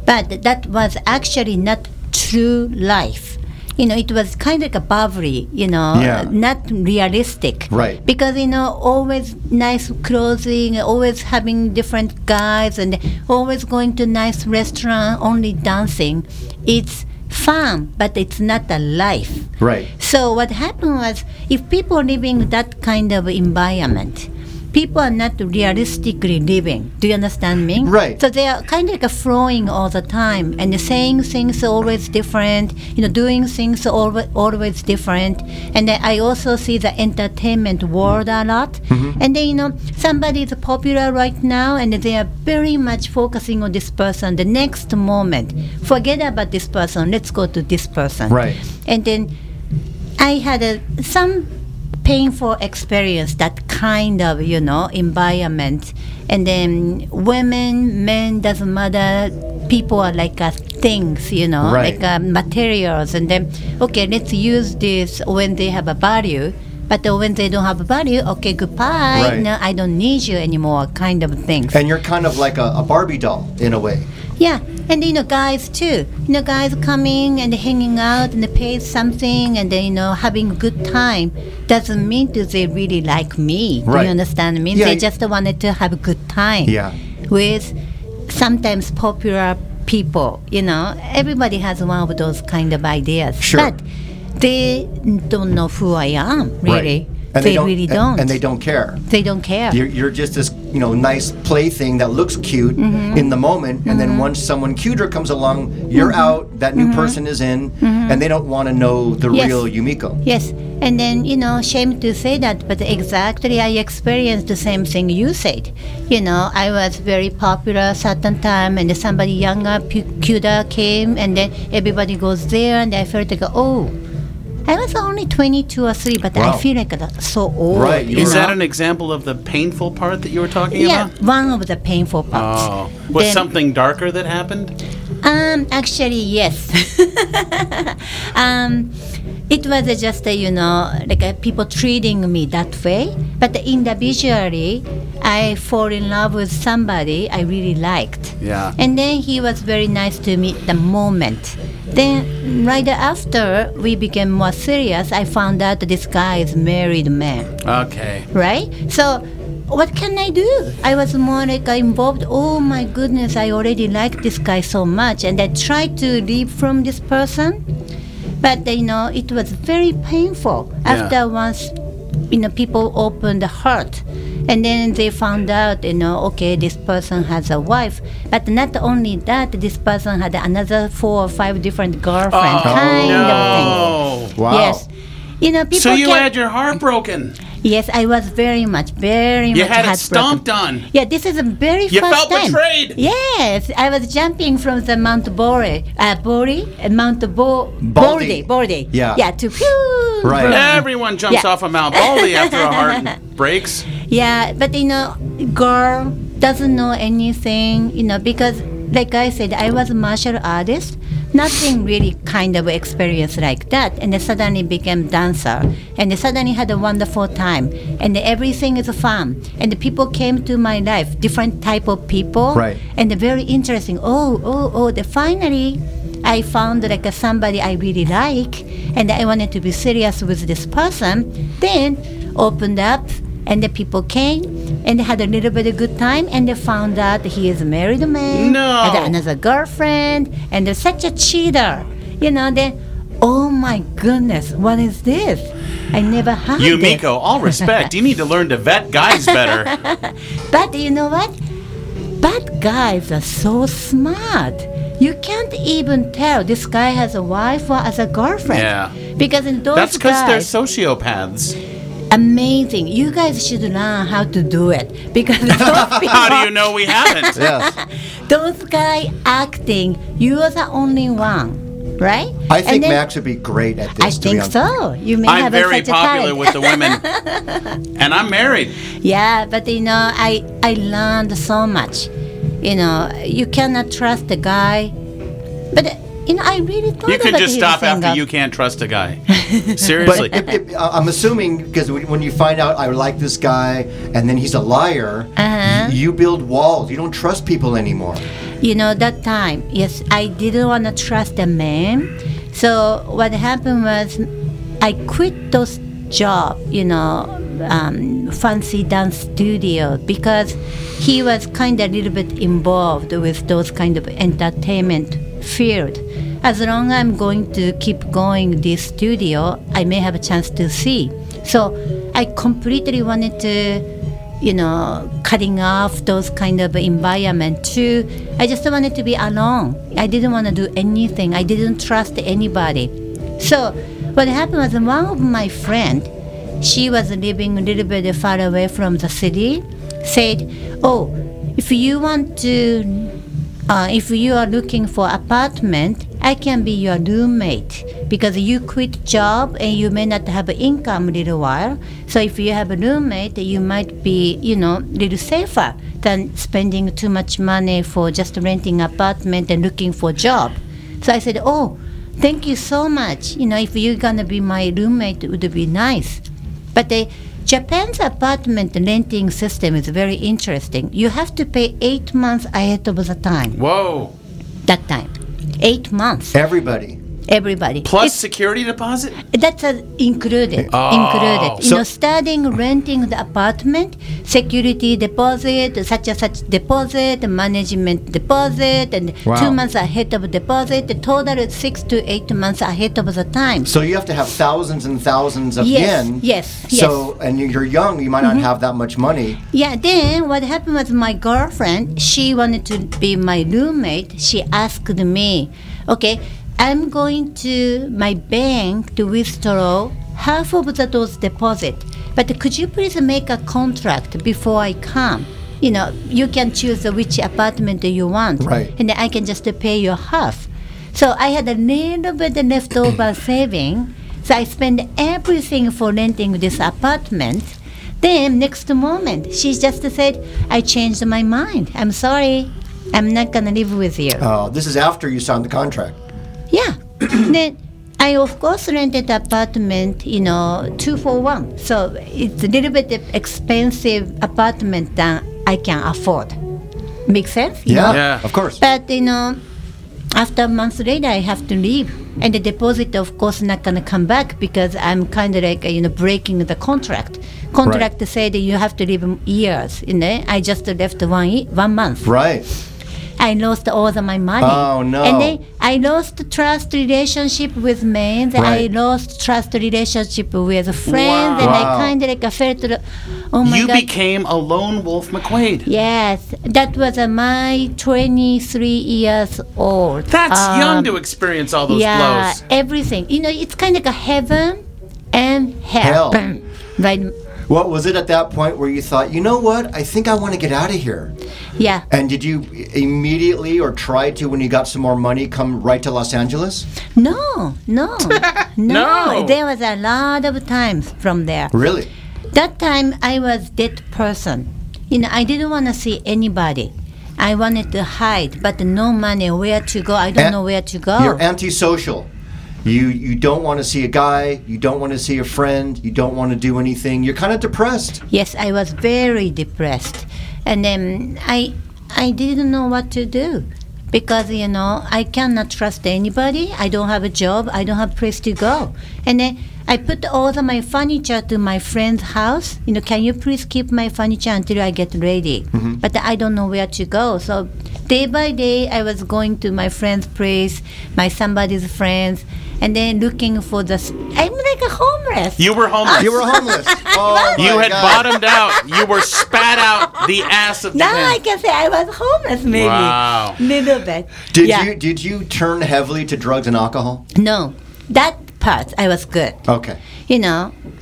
Speaker 3: But that was actually not true life. You know, it was kind of like a bubbly, you know,
Speaker 1: Yeah.
Speaker 3: not realistic.
Speaker 1: Right.
Speaker 3: Because, you know, always nice clothing, always having different guys, and always going to nice restaurant, only dancing. It's fun, but it's not a life.
Speaker 1: Right.
Speaker 3: So what happened was, if people are living that kind of environment, people are not realistically living. Do you understand me?
Speaker 1: Right.
Speaker 3: So they are kind of like flowing all the time and saying things always different. You know, doing things always always different. And then I also see the entertainment world a lot.
Speaker 1: Mm-hmm.
Speaker 3: And then you know, somebody is popular right now, and they are very much focusing on this person. The next moment, forget about this person. Let's go to this person.
Speaker 1: Right.
Speaker 3: And then I had a, some painful experience, that kind of, you know, environment. And then women, men, doesn't matter. People are like uh, things, you know,
Speaker 1: Right.
Speaker 3: like uh, materials. And then, okay, let's use this when they have a value. But uh, when they don't have a value, okay, goodbye.
Speaker 1: Right.
Speaker 3: No, I don't need you anymore, kind of things.
Speaker 1: And you're kind of like a, a Barbie doll in a way.
Speaker 3: Yeah, and you know, guys too. You know, guys coming and hanging out and pay something and then, you know, having a good time doesn't mean do they really like me. Do
Speaker 1: Right.
Speaker 3: you understand me?
Speaker 1: Yeah,
Speaker 3: they
Speaker 1: y-
Speaker 3: just wanted to have a good time.
Speaker 1: Yeah.
Speaker 3: With sometimes popular people, you know, everybody has one of those kind of ideas.
Speaker 1: Sure.
Speaker 3: But they don't know who I am, really.
Speaker 1: And
Speaker 3: they, really
Speaker 1: and-
Speaker 3: don't.
Speaker 1: And, they don't care.
Speaker 3: They don't care.
Speaker 1: You're, you're just this, you know, nice plaything that looks cute
Speaker 3: Mm-hmm.
Speaker 1: in the moment, and then once someone cuter comes along, you're
Speaker 3: Mm-hmm.
Speaker 1: out. That new person is in, and they don't want to know the
Speaker 3: Yes.
Speaker 1: real Yumiko.
Speaker 3: Yes, and then you know, shame to say that, but exactly I experienced the same thing you said. You know, I was very popular certain time, and then somebody younger, pu- cuter came, and then everybody goes there, and I felt like, oh, I was only 22 or 3, but
Speaker 1: Wow.
Speaker 3: I feel like that- so old.
Speaker 1: Right, you
Speaker 3: you
Speaker 2: Is
Speaker 3: know?
Speaker 2: that an example of the painful part that you were talking
Speaker 3: yeah,
Speaker 2: about?
Speaker 3: one of the painful parts.
Speaker 2: Oh, was
Speaker 3: Then-
Speaker 2: something darker that happened?
Speaker 3: Um, actually, yes. *laughs* um, it was uh, just uh, you know like uh, people treating me that way, but individually, I fall in love with somebody I really liked.
Speaker 2: Yeah.
Speaker 3: And then he was very nice to me the moment. Then right after we became more serious, I found out this guy is married man
Speaker 2: Okay.
Speaker 3: right? So, what can I do? I was more like involved. Oh my goodness, I already like this guy so much, and I tried to leave from this person, but you know, it was very painful. After once, you know, people opened the heart, and then they found out, you know, okay, this person has a wife, but not only that, this person had another four or five different girlfriends, kind of thing.
Speaker 2: Oh, no.
Speaker 1: Wow.
Speaker 3: Yes. You know, people
Speaker 2: So you
Speaker 3: can-
Speaker 2: had your heart broken.
Speaker 3: Yes, I was very much, very
Speaker 2: You
Speaker 3: much
Speaker 2: had it
Speaker 3: heartbroken.
Speaker 2: stomped on.
Speaker 3: Yeah, this is a very
Speaker 2: You
Speaker 3: first
Speaker 2: felt
Speaker 3: time.
Speaker 2: betrayed.
Speaker 3: Yes, I was jumping from the Mount Bori, uh, Bori, uh, Mount Bo-
Speaker 1: Baldy.
Speaker 3: Baldy, Baldy.
Speaker 1: Yeah.
Speaker 3: Yeah, to phew.
Speaker 1: Right.
Speaker 2: Everyone jumps
Speaker 3: Yeah.
Speaker 2: off a Mount Baldy after a
Speaker 3: *laughs*
Speaker 2: heart breaks.
Speaker 3: Yeah, but you know, girl doesn't know anything, you know, because like I said, I was a martial artist. Nothing really kind of experience like that, and I suddenly became dancer, and I suddenly had a wonderful time, and everything is fun, and the people came to my life, different type of people,
Speaker 1: Right.
Speaker 3: and very interesting. Oh, oh, oh! The finally, I found like somebody I really like, and I wanted to be serious with this person. Then opened up, and the people came, and had a little bit of good time, and they found out he is a married man,
Speaker 2: No.
Speaker 3: had another girlfriend, and they're such a cheater. You know, then oh my goodness, what is this? I never had
Speaker 2: You,
Speaker 3: this.
Speaker 2: Miko, all respect. you need to learn to vet guys
Speaker 3: *laughs*
Speaker 2: better.
Speaker 3: But you know what? But guys are so smart. You can't even tell this guy has a wife or has a girlfriend.
Speaker 2: Yeah.
Speaker 3: Because in those
Speaker 2: That's because
Speaker 3: guys,
Speaker 2: they're sociopaths.
Speaker 3: amazing. You guys should learn how to do
Speaker 2: *laughs*
Speaker 3: it because those people,
Speaker 2: How do you know
Speaker 1: *laughs*
Speaker 2: we haven't?
Speaker 3: *laughs*
Speaker 1: Yes.
Speaker 3: those guy acting, you are the only one, right?
Speaker 1: I
Speaker 3: And
Speaker 1: think
Speaker 3: then-
Speaker 1: Max would be great at this.
Speaker 3: I
Speaker 1: to be
Speaker 3: think
Speaker 1: honest.
Speaker 3: so. You may
Speaker 2: I'm
Speaker 3: have
Speaker 2: very
Speaker 3: such a
Speaker 2: popular
Speaker 3: talent.
Speaker 2: with the women,
Speaker 3: *laughs*
Speaker 2: and I'm married.
Speaker 3: Yeah, but you know, I I learned so much. You know, you cannot trust the guy. But uh, you know, I really thought
Speaker 2: You can
Speaker 3: about
Speaker 2: just
Speaker 3: his
Speaker 2: stop after
Speaker 3: single.
Speaker 2: you can't trust a
Speaker 3: *laughs*
Speaker 2: guy.
Speaker 1: But
Speaker 2: Seriously.
Speaker 1: if- if- I- I'm assuming because when when you find out I like this guy and then he's a liar,
Speaker 3: Uh-huh.
Speaker 1: y- you build walls. You don't trust people anymore.
Speaker 3: You know, that time, yes, I didn't want to trust a man. So what happened was, I quit those job. You know, um, fancy dance studio because he was kind of a little bit involved with those kind of entertainment field. As long as I'm going to keep going this studio, I may have a chance to see. So I completely wanted to you know, cutting off those kind of environment too. I just wanted to be alone. I didn't want to do anything. I didn't trust anybody. So what happened was one of my friend, she was living a little bit far away from the city, said, "Oh, if you want to uh, if you are looking for apartment, I can be your roommate because you quit job and you may not have income little while. So if you have a roommate, you might be you know little safer than spending too much money for just renting apartment and looking for job. So I said, oh, thank you so much. You know, if you're gonna be my roommate, it would be nice. But the Japan's apartment renting system is very interesting. You have to pay eight months ahead of the time.
Speaker 2: Whoa.
Speaker 3: That time, eight months.
Speaker 1: Everybody.
Speaker 3: Everybody
Speaker 2: Plus security deposit?
Speaker 3: It's- that's uh, included. included.
Speaker 1: Ah,
Speaker 3: You
Speaker 1: So-
Speaker 3: know, starting renting the apartment, security deposit, such and such deposit, management deposit, and
Speaker 1: Wow.
Speaker 3: two months ahead of deposit. The total is six to eight months ahead of the time.
Speaker 1: So you have to have thousands and thousands of
Speaker 3: Yes,
Speaker 1: yen.
Speaker 3: yes, yes. Mm-hmm.
Speaker 1: So and you- you're young, you might not have that much money.
Speaker 3: Yeah, then what happened was my girlfriend, she wanted to be my roommate. She asked me, okay, I'm going to my bank to withdraw half of the those deposit, but could you please make a contract before I come? You know, you can choose which apartment you want,
Speaker 1: Right.
Speaker 3: and I can just pay your half. So I had a little bit of leftover saving. So I spent everything for renting this apartment. Then next moment, she just said, "I changed my mind. I'm sorry. I'm not gonna live with you."
Speaker 1: Uh, this is after you signed the contract.
Speaker 3: Yeah. *coughs* then I of course rented apartment, you know, two for one. So it's a little bit expensive apartment than I can afford. Make sense? You know?
Speaker 2: Yeah.
Speaker 1: Of course.
Speaker 3: But you know, after a month later, I have to leave, and the deposit, of course, not gonna come back because I'm kind of like you know breaking the contract. Contract said you have to leave years. You know, I just left one ye- one month.
Speaker 1: Right.
Speaker 3: I lost all of my money.
Speaker 1: Oh, no.
Speaker 3: And then I lost trust relationship with men. I
Speaker 1: Right.
Speaker 3: lost trust relationship with friends,
Speaker 2: Wow.
Speaker 3: and I
Speaker 1: Wow.
Speaker 3: kind of like I felt, like, oh my
Speaker 2: You
Speaker 3: god.
Speaker 2: became a lone wolf McQuaid.
Speaker 3: Yes, that was uh, my 23 years old.
Speaker 2: That's
Speaker 3: Um,
Speaker 2: young to experience all those
Speaker 3: Yeah,
Speaker 2: blows.
Speaker 3: everything. You know, it's kind of like a heaven and
Speaker 1: Hell.
Speaker 3: hell. Right?
Speaker 1: What was it at that point where you thought, you know what, I think I want to get out of here?
Speaker 3: Yeah.
Speaker 1: And did you immediately or try to, when you got some more money, come right to Los Angeles?
Speaker 3: No,
Speaker 2: *laughs*
Speaker 3: no, no.
Speaker 2: No.
Speaker 3: There was a lot of times from there.
Speaker 1: Really?
Speaker 3: That time I was dead person. You know, I didn't want to see anybody. I wanted to hide, but no money, where to go. I don't
Speaker 1: An-
Speaker 3: know where to go.
Speaker 1: You're antisocial. You you don't want to see a guy. You don't want to see a friend. You don't want to do anything. You're kind of depressed.
Speaker 3: Yes, I was very depressed, and then I I didn't know what to do because you know I cannot trust anybody. I don't have a job. I don't have place to go, and then. I put all of my furniture to my friend's house. You know, can you please keep my furniture until I get ready? But I don't know where to go. So day by day, I was going to my friend's place, my somebody's friends, and then looking for the. s- I'm like a homeless.
Speaker 2: You were homeless.
Speaker 1: You were
Speaker 3: *laughs*
Speaker 1: homeless. Oh,
Speaker 2: You
Speaker 1: my
Speaker 2: had
Speaker 1: God.
Speaker 2: bottomed out. You were spat out the ass of the
Speaker 3: now I
Speaker 2: pen.
Speaker 3: can say I was homeless, maybe
Speaker 2: Wow.
Speaker 3: little bit.
Speaker 1: Did
Speaker 3: yeah.
Speaker 1: you did you turn heavily to drugs and alcohol?
Speaker 3: No, that part I was good. *laughs*
Speaker 1: Okay.
Speaker 3: You know,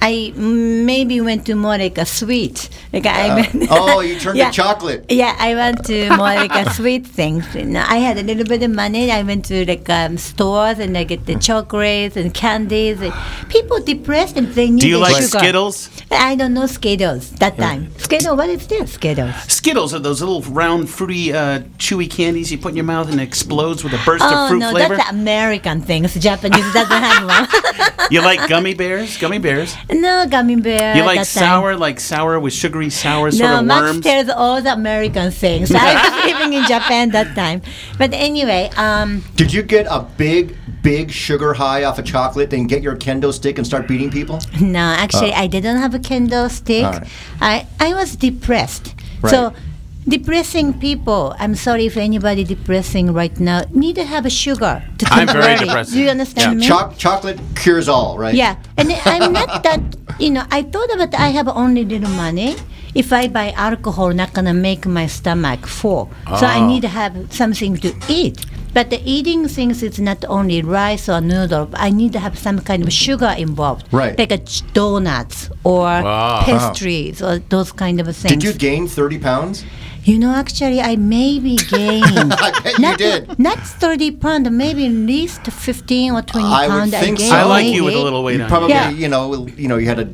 Speaker 3: I maybe went to more like a sweet. Like I went,
Speaker 1: oh, you turned
Speaker 3: *laughs* yeah.
Speaker 1: to chocolate.
Speaker 3: Yeah, I went to more like a sweet things. You know, I had a little bit of money. I went to like um, stores and I get the chocolates and candies. And people depressed and they need
Speaker 2: Do you like
Speaker 3: sugar.
Speaker 2: Skittles?
Speaker 3: I don't know Skittles that time. Skittles, what is this? Skittles.
Speaker 2: Skittles are those little round, fruity, uh, chewy candies you put in your mouth and it explodes with a burst
Speaker 3: oh
Speaker 2: of fruit
Speaker 3: no,
Speaker 2: flavor.
Speaker 3: that's American things. Japanese doesn't
Speaker 2: *laughs*
Speaker 3: have one.
Speaker 2: You like gummy bears? Gummy bears.
Speaker 3: no gummy bear.
Speaker 2: You like
Speaker 3: that time.
Speaker 2: sour, like sour with sugary, sour sort
Speaker 3: No,
Speaker 2: of
Speaker 3: Max
Speaker 2: worms.
Speaker 3: tells all the American things. I was *laughs* living in Japan that time. But anyway, um,
Speaker 1: Did you get a big, big sugar high off of chocolate, then get your kendo stick and start beating people?
Speaker 3: no, actually,
Speaker 2: Uh.
Speaker 3: I didn't have a candlestick.
Speaker 1: All right.
Speaker 3: I, I was depressed.
Speaker 1: Right.
Speaker 3: So, depressing people, I'm sorry if anybody depressing right now, need to have a sugar to
Speaker 2: I'm
Speaker 3: keep
Speaker 2: very
Speaker 3: worried.
Speaker 2: depressing.
Speaker 3: Do you understand
Speaker 2: Yeah.
Speaker 3: me?
Speaker 1: Choc- chocolate cures all, right?
Speaker 3: Yeah, and I'm not that you know. I thought about I have only little money. If I buy alcohol, not gonna make my stomach full. So
Speaker 1: Ah.
Speaker 3: I need to have something to eat. But the eating things is not only rice or noodle. I need to have some kind of sugar involved,
Speaker 1: Right. Uh-huh.
Speaker 3: Like a ch- donuts or
Speaker 2: Wow.
Speaker 3: pastries or those kind of things.
Speaker 1: Did you gain 30 pounds?
Speaker 3: You know, actually,
Speaker 1: *laughs*
Speaker 3: I maybe gained.
Speaker 1: I bet you
Speaker 3: not,
Speaker 1: did.
Speaker 3: Not thirty pound. Maybe at least fifteen or twenty
Speaker 1: I would
Speaker 3: pound.
Speaker 1: think
Speaker 3: gained.
Speaker 1: so.
Speaker 2: I like you with a
Speaker 3: maybe.
Speaker 2: little weight
Speaker 1: you
Speaker 2: on.
Speaker 1: probably,
Speaker 2: you.
Speaker 3: Yeah.
Speaker 1: you know, you know, you had a,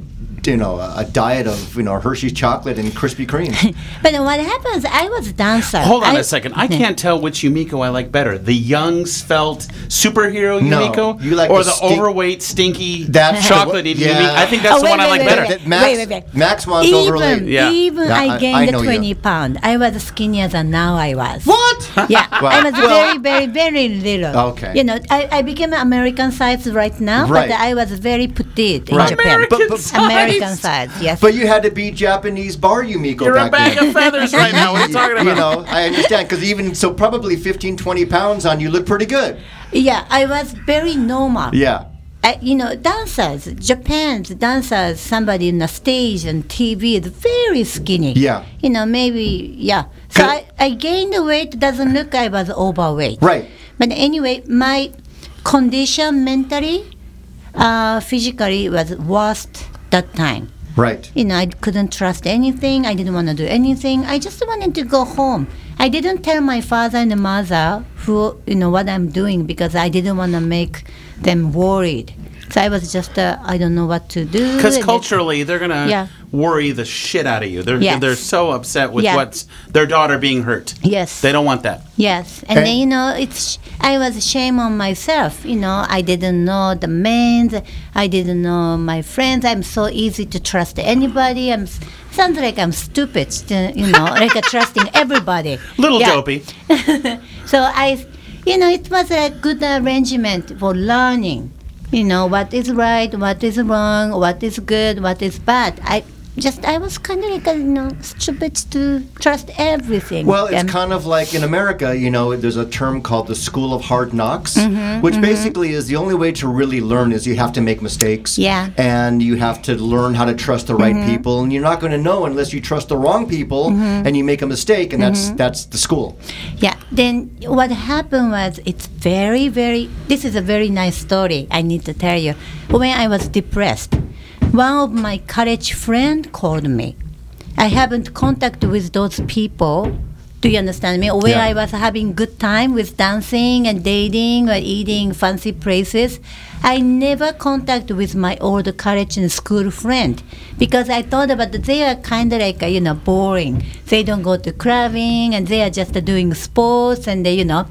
Speaker 1: you know, a diet of, you know, Hershey's chocolate and Krispy
Speaker 3: *laughs*
Speaker 1: Kreme.
Speaker 3: But what happens? I was a dancer.
Speaker 2: Hold on
Speaker 3: a
Speaker 2: a second.
Speaker 3: *laughs*
Speaker 2: I can't tell which Yumiko I like better: the young, svelte superhero
Speaker 1: No,
Speaker 2: Yumiko,
Speaker 1: you like
Speaker 2: or
Speaker 1: the
Speaker 2: the,
Speaker 1: stink-
Speaker 2: overweight, stinky
Speaker 1: That's the one-
Speaker 2: chocolate-eating
Speaker 1: yeah.
Speaker 2: Yumiko. I think that's
Speaker 3: Oh,
Speaker 2: the
Speaker 3: wait,
Speaker 2: one I
Speaker 3: wait,
Speaker 2: like
Speaker 3: wait,
Speaker 2: better.
Speaker 3: wait.
Speaker 1: That Max,
Speaker 3: Wait, wait, wait.
Speaker 1: Max wants
Speaker 3: Even,
Speaker 1: overweight.
Speaker 2: Yeah.
Speaker 3: even
Speaker 1: Yeah, I-
Speaker 3: I
Speaker 1: I
Speaker 3: gained
Speaker 1: know you.
Speaker 3: 20 pounds. I was skinnier than now I was.
Speaker 1: What?
Speaker 3: *laughs* Yeah, I was
Speaker 1: Well-
Speaker 3: very, very, very little.
Speaker 1: Okay.
Speaker 3: You know, I, I became American size right now,
Speaker 1: Right.
Speaker 3: but I was very petite in
Speaker 1: Right.
Speaker 3: Japan.
Speaker 2: American
Speaker 1: But- but-
Speaker 2: size.
Speaker 3: American size, yes.
Speaker 1: But you had to be Japanese bar Yumiko
Speaker 2: You're a
Speaker 1: back
Speaker 2: bag
Speaker 1: then.
Speaker 2: of feathers right now. What are you talking about?
Speaker 1: *laughs* You know, I understand because even so, probably 15, 20 pounds on you look pretty good.
Speaker 3: yeah, I was very normal.
Speaker 1: Yeah.
Speaker 3: I, Uh, you know, dancers, Japan's dancers, somebody in the stage and TV is very skinny.
Speaker 1: Yeah.
Speaker 3: You know, maybe, yeah. So
Speaker 1: Could-
Speaker 3: I, I gained the weight, doesn't look I was overweight.
Speaker 1: Right.
Speaker 3: But anyway, my condition mentally, uh, physically was worst that time.
Speaker 1: Right.
Speaker 3: You know, I couldn't trust anything. I didn't want to do anything. I just wanted to go home. I didn't tell my father and mother who, you know, what I'm doing because I didn't want to make them worried. So I was just, uh, I don't know what to Mm-hmm. do.
Speaker 2: Because
Speaker 3: And-
Speaker 2: culturally, they're gonna
Speaker 3: Yeah.
Speaker 2: worry the shit out of you. They're
Speaker 3: Yes.
Speaker 2: they're so upset with
Speaker 3: Yeah.
Speaker 2: what's their daughter being hurt.
Speaker 3: Yes.
Speaker 2: they don't want that.
Speaker 3: Yes, and
Speaker 1: And-
Speaker 3: then you know, it's I was shame on myself. You know, I didn't know the men, I didn't know my friends. I'm so easy to trust anybody. I'm s- sounds like I'm stupid. st- You know, like uh, trusting everybody.
Speaker 2: Little
Speaker 3: Yeah.
Speaker 2: dopey.
Speaker 3: So I, you know, it was a good arrangement for learning. You know, what is right, what is wrong, what is good, what is bad. I just I was kind of like uh, you know stupid to trust everything.
Speaker 1: Well, it's
Speaker 3: And-
Speaker 1: kind of like in America, you know, there's a term called the school of hard knocks,
Speaker 3: Mm-hmm,
Speaker 1: which basically is the only way to really learn is you have to make mistakes.
Speaker 3: Yeah. Mm-hmm.
Speaker 1: And you have to learn how to trust the right people, and you're not going to know unless you trust the wrong people and you make a mistake, and
Speaker 3: Mm-hmm.
Speaker 1: that's that's the school.
Speaker 3: Yeah. Then what happened was it's very, very. This is a very nice story. I need to tell you. When I was depressed, one of my college friend called me. I haven't contact with those people. Do you understand me? When
Speaker 1: Yeah.
Speaker 3: I was having good time with dancing and dating or eating fancy places, I never contact with my old college and school friend because I thought about that they are kind of like uh, you know boring. They don't go to clubbing and they are just uh, doing sports and they, you know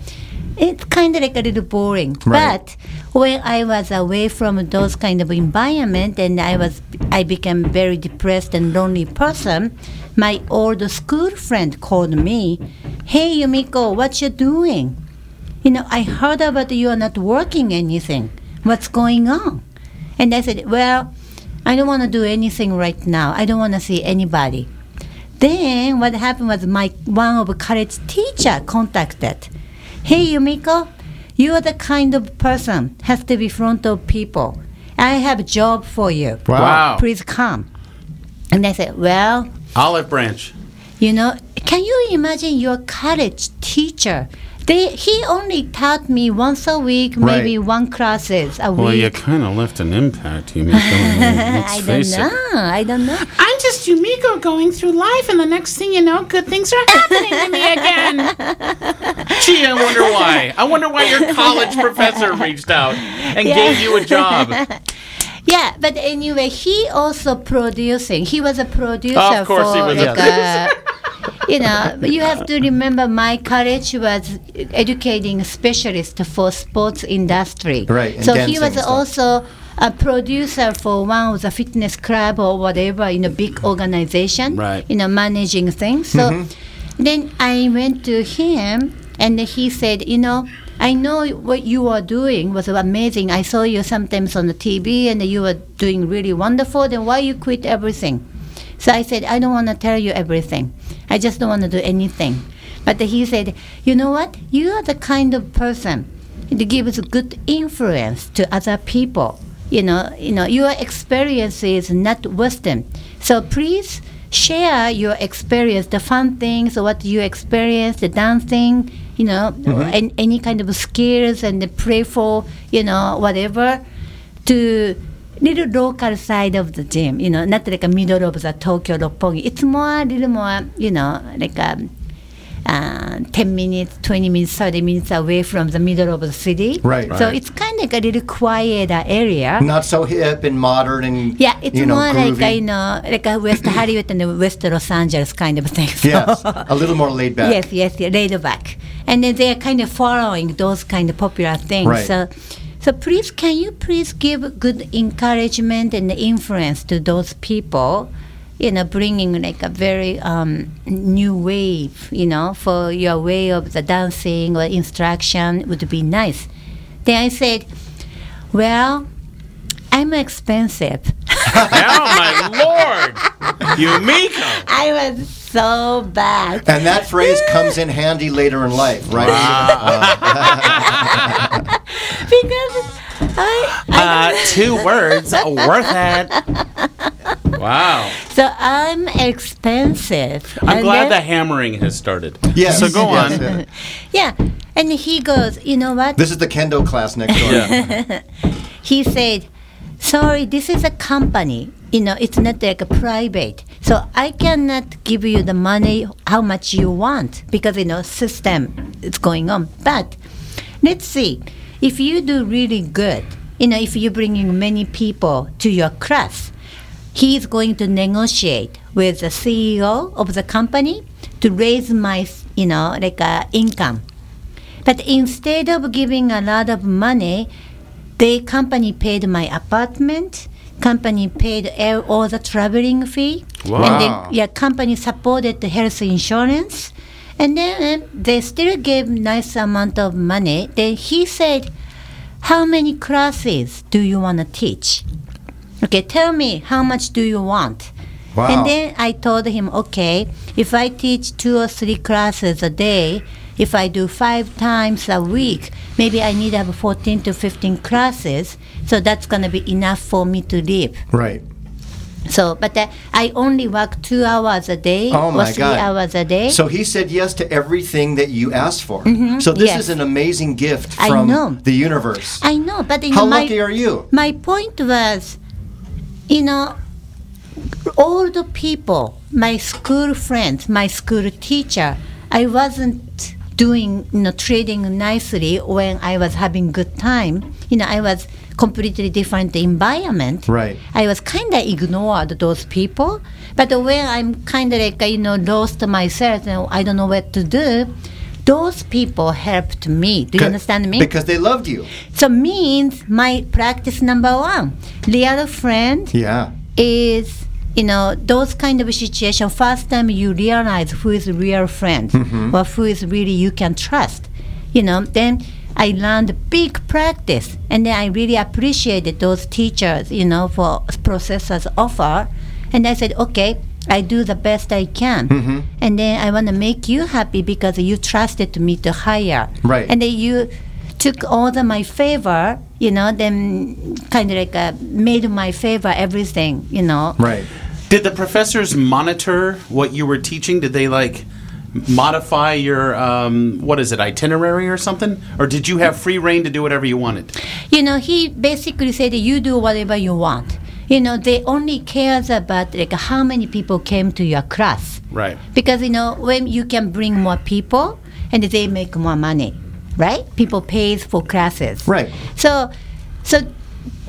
Speaker 3: it's kind of like a little boring.
Speaker 1: Right.
Speaker 3: But when I was away from those kind of environment and I was I became very depressed and lonely person, my old school friend called me, "Hey Yumiko, what you doing? You know, I heard about you are not working anything. What's going on?" And I said, "Well, I don't want to do anything right now. I don't want to see anybody." Then what happened was my one of college teacher contacted. Hey Yumiko, you are the kind of person has to be front of people. I have a job for you.
Speaker 2: Wow. Wow.
Speaker 3: Please come. And I said, Well,
Speaker 2: Olive branch.
Speaker 3: you know, can you imagine your college teacher? They, he only taught me once a week, maybe one classes a
Speaker 2: Well, you
Speaker 3: week.
Speaker 2: kind of left an impact, you make.
Speaker 3: *laughs*
Speaker 2: I
Speaker 3: I don't know. I don't know.
Speaker 4: I'm just Yumiko going through life, and the next thing you know, good things are happening to me
Speaker 3: *laughs*
Speaker 4: again.
Speaker 2: Gee, I wonder why. I wonder why your college professor reached out and
Speaker 3: Yeah.
Speaker 2: gave you a
Speaker 3: *laughs*
Speaker 2: job.
Speaker 3: Yeah, but anyway, he also producing. He was a producer
Speaker 2: Of course
Speaker 3: for
Speaker 2: he was a
Speaker 3: like uh, you know, you have to remember my college was educating specialist for sports industry.
Speaker 1: Right, and
Speaker 3: So he
Speaker 1: dancing
Speaker 3: was
Speaker 1: and stuff.
Speaker 3: also a producer for one of the fitness club or whatever in a big organization.
Speaker 2: Right.
Speaker 3: You know, managing things. So then I went to him and he said, you know, I know what you are doing was amazing. I saw you sometimes on the TV and you were doing really wonderful. Then why you quit everything? So I said, I don't want to tell you everything. I just don't want to do anything. But he said, you know what? You are the kind of person that gives good influence to other people. You know, you know, your experience is not wisdom. So please share your experience, the fun things, what you experienced, the dancing, you know, and any kind of skills and the playful, you know, whatever, to little local side of the gym, you know, not like a middle of the Tokyo Roppongi. It's more, little more, you know, like um, uh, 10 minutes, 20 minutes, 30 minutes away from the middle of the city.
Speaker 1: Right.
Speaker 3: So
Speaker 2: Right.
Speaker 3: it's kind of like a little quieter area.
Speaker 1: Not so hip and modern and
Speaker 3: Yeah, it's
Speaker 1: you know,
Speaker 3: more
Speaker 1: groovy.
Speaker 3: like uh, you know, like a West Hollywood and a West Los Angeles kind of thing. *laughs* So-
Speaker 1: Yes, a little more laid back.
Speaker 3: yes, yes, yeah, laid back, and then they are kind of following those kind of popular things.
Speaker 1: Right.
Speaker 3: So, so please, can you please give good encouragement and influence to those people? You know, bringing like a very um, new wave. You know, for your way of the dancing or instruction would be nice. Then I said, well, I'm expensive.
Speaker 2: Now, my lord, Yumiko.
Speaker 3: I was so
Speaker 1: *laughs*
Speaker 3: bad.
Speaker 1: And that phrase comes in handy later in life, right?
Speaker 3: because I,
Speaker 2: Uh, two words, worth it. Wow.
Speaker 3: so I'm expensive.
Speaker 2: I'm
Speaker 3: And
Speaker 2: glad the
Speaker 3: then-
Speaker 2: hammering has started.
Speaker 1: Yes.
Speaker 2: So go
Speaker 1: yes,
Speaker 2: on.
Speaker 1: yes.
Speaker 3: Yeah, and he goes, you know what?
Speaker 1: This is the kendo class next door.
Speaker 2: Yeah.
Speaker 3: he said, sorry, this is a company. You know, it's not like a private. So I cannot give you the money how much you want because, you know, system is going on. But let's see, if you do really good, you know, if you bring in many people to your class, he is going to negotiate with the CEO of the company to raise my, you know, like uh, income. But instead of giving a lot of money, the company paid my apartment. Company paid a- all the traveling fee, and
Speaker 1: Wow.
Speaker 3: then yeah, company supported the health insurance, and then uh, they still gave nice amount of money. Then he said, "How many classes do you want to teach? Okay, tell me how much do you want?"
Speaker 1: Wow.
Speaker 3: And then I told him, okay, if I teach two or three classes a day, if I do five times a week, maybe I need to have 14 to 15 classes. So that's going to be enough for me to live.
Speaker 1: Right.
Speaker 3: So, but uh, I only work two hours a day
Speaker 1: Oh
Speaker 3: or
Speaker 1: my
Speaker 3: three
Speaker 1: God.
Speaker 3: hours a day.
Speaker 1: So he said yes to everything that you asked for. So this
Speaker 3: Mm-hmm. Yes.
Speaker 1: is an amazing gift
Speaker 3: I
Speaker 1: from
Speaker 3: know.
Speaker 1: the universe.
Speaker 3: I know, but in
Speaker 1: How
Speaker 3: my,
Speaker 1: lucky are you?
Speaker 3: my point was, you know, all the people, my school friends, my school teacher, I wasn't doing, you know, trading nicely when I was having good time. You know, I was completely different environment.
Speaker 1: Right.
Speaker 3: I was kind of ignored those people. But when I'm kind of like, you know, lost myself and I don't know what to do, those people helped me. Do you understand me?
Speaker 1: Because they loved you.
Speaker 3: So means my practice number one, real friend
Speaker 1: Yeah.
Speaker 3: is you know those kind of situation. First time you realize who is real friend or who is really you can trust. You know then I learned big practice, and then I really appreciated those teachers. You know for processors offer, and I said okay. I do the best I can. And then I want to make you happy because you trusted me to hire.
Speaker 1: Right.
Speaker 3: And then you took all the my favor, you know, then kind of like uh, made my favor everything, you know.
Speaker 1: Right.
Speaker 2: Did the professors monitor what you were teaching? Did they like modify your um, what is it itinerary or something? Or did you have free reign to do whatever you wanted?
Speaker 3: You know, he basically said you do whatever you want. You know, they only cares about like how many people came to your class.
Speaker 2: Right.
Speaker 3: Because you know, when you can bring more people and they make more money, right? People pays for classes.
Speaker 1: Right.
Speaker 3: So so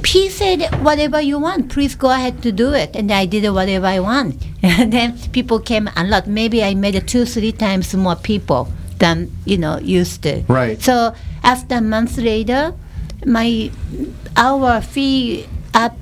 Speaker 3: he said whatever you want, please go ahead to do it. And I did whatever I want. *laughs* And then people came a lot. Maybe I made two, three times more people than, you know, used to.
Speaker 1: Right.
Speaker 3: So after a month later, my hour fee up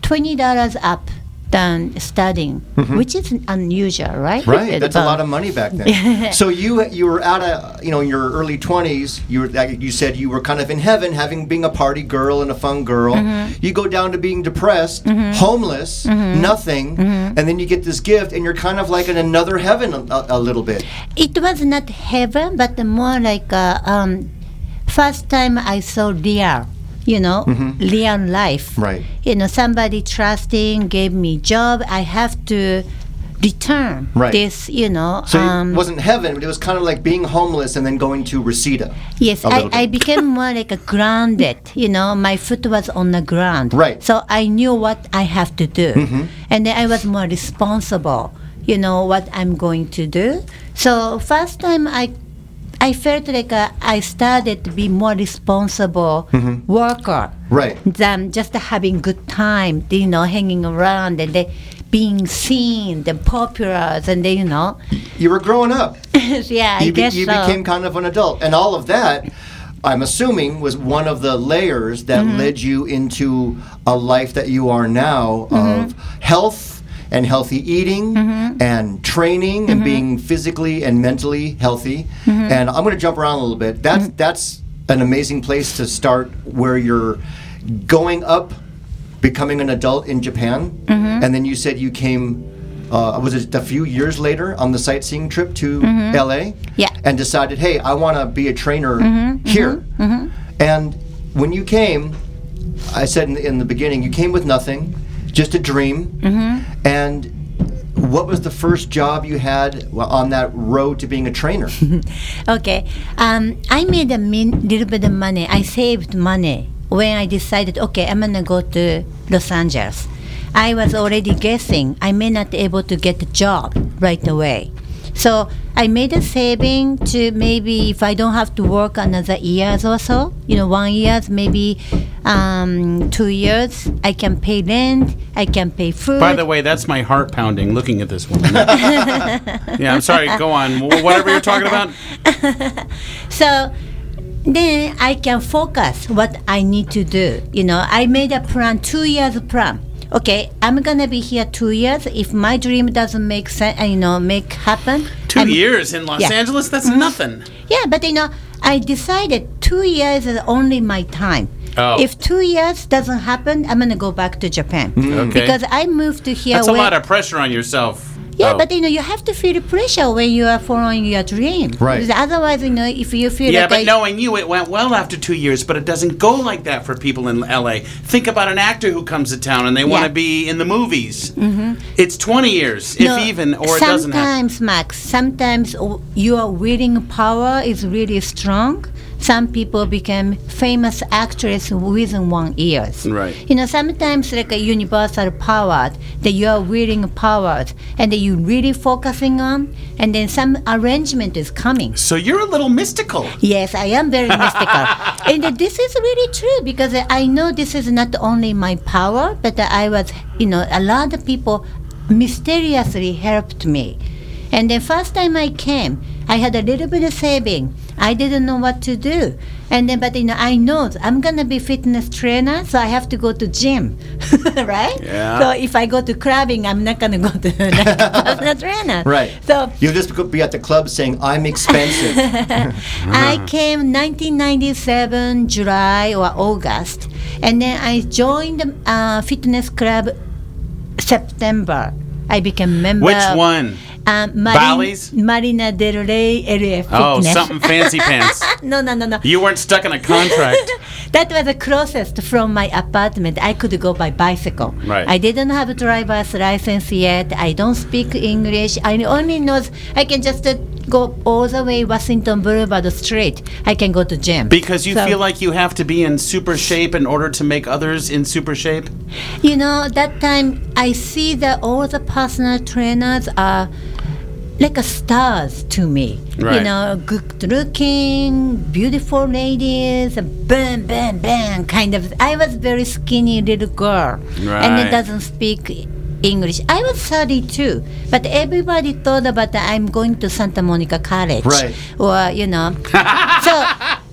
Speaker 3: twenty dollars up than studying, which is unusual, right?
Speaker 1: Mm-hmm.
Speaker 3: *laughs*
Speaker 1: Right, that's a lot of money back then. so you you were out of you know in your early twenties. You were like you said you were kind of in heaven, having being a party girl and a fun girl.
Speaker 3: Mm-hmm.
Speaker 1: You go down to being depressed, homeless, nothing,
Speaker 3: Mm-hmm.
Speaker 1: and then you get this gift, and you're kind of like in another heaven a, a, a little bit.
Speaker 3: It was not heaven, but more like uh, um, first time I saw real, you know, real life.
Speaker 1: Mm-hmm. Right.
Speaker 3: You know, somebody trusting gave me job. I have to return
Speaker 1: Right.
Speaker 3: this, you know. um,
Speaker 1: So it wasn't heaven, but it was kind of like being homeless and then going to Reseda.
Speaker 3: Yes,
Speaker 1: a
Speaker 3: I,
Speaker 1: little
Speaker 3: I
Speaker 1: bit. *laughs*
Speaker 3: became more like a grounded, you know, my foot was on the ground.
Speaker 1: Right. Mm-hmm.
Speaker 3: So I knew what I have to do. And then I was more responsible, you know, what I'm going to do. So first time I I felt like uh, I started to be more responsible worker
Speaker 1: Mm-hmm. Right.
Speaker 3: than just having good time, you know, hanging around and then being seen, the popular, and then, you know, *laughs*
Speaker 1: You were growing up.
Speaker 3: yeah, I
Speaker 1: you, be-
Speaker 3: guess
Speaker 1: you
Speaker 3: so.
Speaker 1: became kind of an adult and all of that i'm assuming was one of the layers that led you into a life that you are now of health and healthy eating and training and being physically and mentally healthy and i'm going to jump around a little bit that's that's an amazing place to start where you're going up becoming an adult in japan and then you said you came uh, was it a few years later on the sightseeing trip to LA?
Speaker 3: Yeah.
Speaker 1: And decided, hey, I want to be a trainer
Speaker 2: Mm-hmm,
Speaker 1: here. And when you came, I said in, in the beginning, you came with nothing, just a dream.
Speaker 2: Mm-hmm.
Speaker 1: And what was the first job you had wa- on that road to being a
Speaker 2: *laughs*
Speaker 1: trainer?
Speaker 3: Okay. Um, I made a min- little bit of money. I saved money when I decided, okay, I'm gonna go to Los Angeles. I was already guessing I may not able to get a job right away. So I made a saving to maybe if I don't have to work another years or so, you know, one years, maybe um, two years, I can pay rent, I can pay food.
Speaker 2: By the way, that's my heart pounding looking at this one.
Speaker 3: *laughs*
Speaker 2: yeah, I'm sorry. Go on. Wh- Whatever you're talking about.
Speaker 3: So then I can focus what I need to do. You know, I made a plan, two years plan. Okay, I'm gonna be here two years. If my dream doesn't make sense, you know, make happen.
Speaker 2: 2
Speaker 3: I'm-
Speaker 2: years in Los
Speaker 3: Um, Yeah.
Speaker 2: Angeles. That's nothing.
Speaker 3: Yeah, but you know, I decided two years is only my time.
Speaker 2: Oh.
Speaker 3: If two years doesn't happen, I'm gonna go back to Japan
Speaker 2: Mm, Okay.
Speaker 3: because I moved to here.
Speaker 2: that's a
Speaker 3: where-
Speaker 2: lot of pressure on yourself.
Speaker 3: yeah,
Speaker 2: Oh.
Speaker 3: but you know, you have to feel pressure when you are following your dream.
Speaker 1: Right.
Speaker 3: Because Otherwise, you know, if you feel
Speaker 2: Yeah,
Speaker 3: like
Speaker 2: but
Speaker 3: I-
Speaker 2: knowing you, it went well after two years, but it doesn't go like that for people in LA. Think about an actor who comes to town and they want
Speaker 3: Yeah.
Speaker 2: to be in the movies. Mm-hmm. It's 20 years,
Speaker 3: No,
Speaker 2: if even, or it doesn't happen.
Speaker 3: Sometimes, Max, sometimes w- your willing power is really strong. Some people become famous actress within one year.
Speaker 2: Right.
Speaker 3: You know, sometimes like a universal power that you are willing powers and that you really focusing on, and then some arrangement is coming.
Speaker 2: So you're a little mystical.
Speaker 3: Yes, I am very mystical. and uh, this is really true because uh, I know this is not only my power, but uh, I was, you know, a lot of people mysteriously helped me. And the first time I came, I had a little bit of saving. I didn't know what to do. And then, but you know, I know I'm gonna be fitness trainer, so I have to go to gym, *laughs* right?
Speaker 2: Yeah.
Speaker 3: So if I go to clubbing, I'm not gonna go to *laughs* like, personal trainer.
Speaker 1: right.
Speaker 3: So
Speaker 1: You'll just go- be at the club saying, I'm
Speaker 2: *laughs*
Speaker 1: expensive.
Speaker 2: Ah.
Speaker 3: I came 1997 July or August, and then I joined uh, fitness club September I became member.
Speaker 2: Which
Speaker 3: of,
Speaker 2: one?
Speaker 3: Um, Marin-
Speaker 2: Bally's?
Speaker 3: Marina del Rey area fitness.
Speaker 2: Oh, something
Speaker 3: *laughs*
Speaker 2: fancy pants.
Speaker 3: No, no, no, no.
Speaker 2: You weren't stuck in a
Speaker 3: *laughs*
Speaker 2: contract.
Speaker 3: That was the closest from my apartment. I could go by bicycle.
Speaker 2: Right.
Speaker 3: I didn't have a driver's license yet. I don't speak English. I only know I can just uh, go all the way Washington Boulevard Street. I can go to gym.
Speaker 2: Because you
Speaker 3: So-
Speaker 2: feel like you have to be in super shape in order to make others in super shape?
Speaker 3: You know, that time I see that all the personal trainers are like a stars to me. You
Speaker 2: Right.
Speaker 3: know, good looking, beautiful ladies, and bam, bam, bam, kind of. I was very skinny little girl, and
Speaker 2: Right.
Speaker 3: it doesn't speak English. I was 32, but everybody thought about that I'm going to Santa Monica College,
Speaker 1: Right.
Speaker 3: or you know. so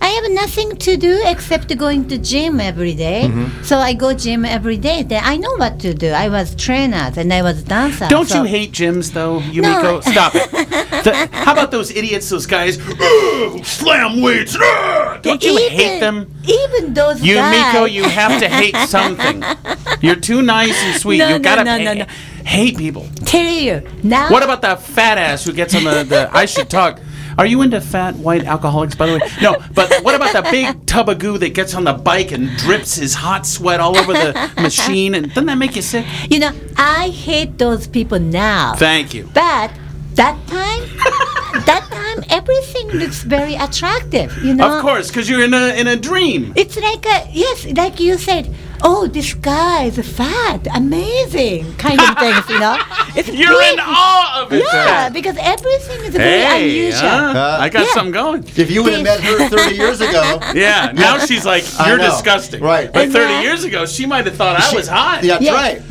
Speaker 3: I have nothing to do except going to gym every day.
Speaker 2: Mm-hmm.
Speaker 3: So I go gym every day. Then I know what to do. I was trainer and I was dancer.
Speaker 2: Don't
Speaker 3: so-
Speaker 2: you hate gyms, though,
Speaker 3: No.
Speaker 2: Yumiko? Stop
Speaker 3: *laughs*
Speaker 2: it. The- how about those idiots, those guys? "Ugh, slam weights. ugh." Don't you hate
Speaker 3: Even-
Speaker 2: them?
Speaker 3: Even those
Speaker 2: Yumiko,
Speaker 3: guys.
Speaker 2: you have to
Speaker 3: *laughs*
Speaker 2: hate something. You're too nice and sweet.
Speaker 3: No,
Speaker 2: you
Speaker 3: no,
Speaker 2: gotta
Speaker 3: no, no,
Speaker 2: ha-
Speaker 3: no.
Speaker 2: hate people.
Speaker 3: tell you now.
Speaker 2: What about that fat ass who gets on the, the I should talk? Are you into fat white alcoholics, by the way? No, but what about that big tub of goo that gets on the bike and drips his hot sweat all over
Speaker 3: *laughs*
Speaker 2: the machine? And doesn't that make you sick?
Speaker 3: you know? I hate those people now.
Speaker 2: Thank you.
Speaker 3: but that time, *laughs* that time everything looks very attractive. You know.
Speaker 2: Of course, because you're in a in a dream.
Speaker 3: It's like a yes, like you said. Oh, this guy is fat, amazing kind of things,
Speaker 2: *laughs*
Speaker 3: you know. It's
Speaker 2: You're in
Speaker 3: big.
Speaker 2: awe of it.
Speaker 3: Yeah, because everything is very
Speaker 2: Hey,
Speaker 3: unusual.
Speaker 2: huh? I got
Speaker 3: Yeah.
Speaker 2: something going.
Speaker 1: If you would have met her 30 years
Speaker 2: *laughs*
Speaker 1: ago,
Speaker 2: Yeah, now she's like,
Speaker 1: I
Speaker 2: you're
Speaker 1: know.
Speaker 2: disgusting.
Speaker 1: Right.
Speaker 2: But 30
Speaker 3: Yeah.
Speaker 2: years ago, she might have thought I was hot.
Speaker 1: yeah, that's
Speaker 3: Yeah.
Speaker 1: right.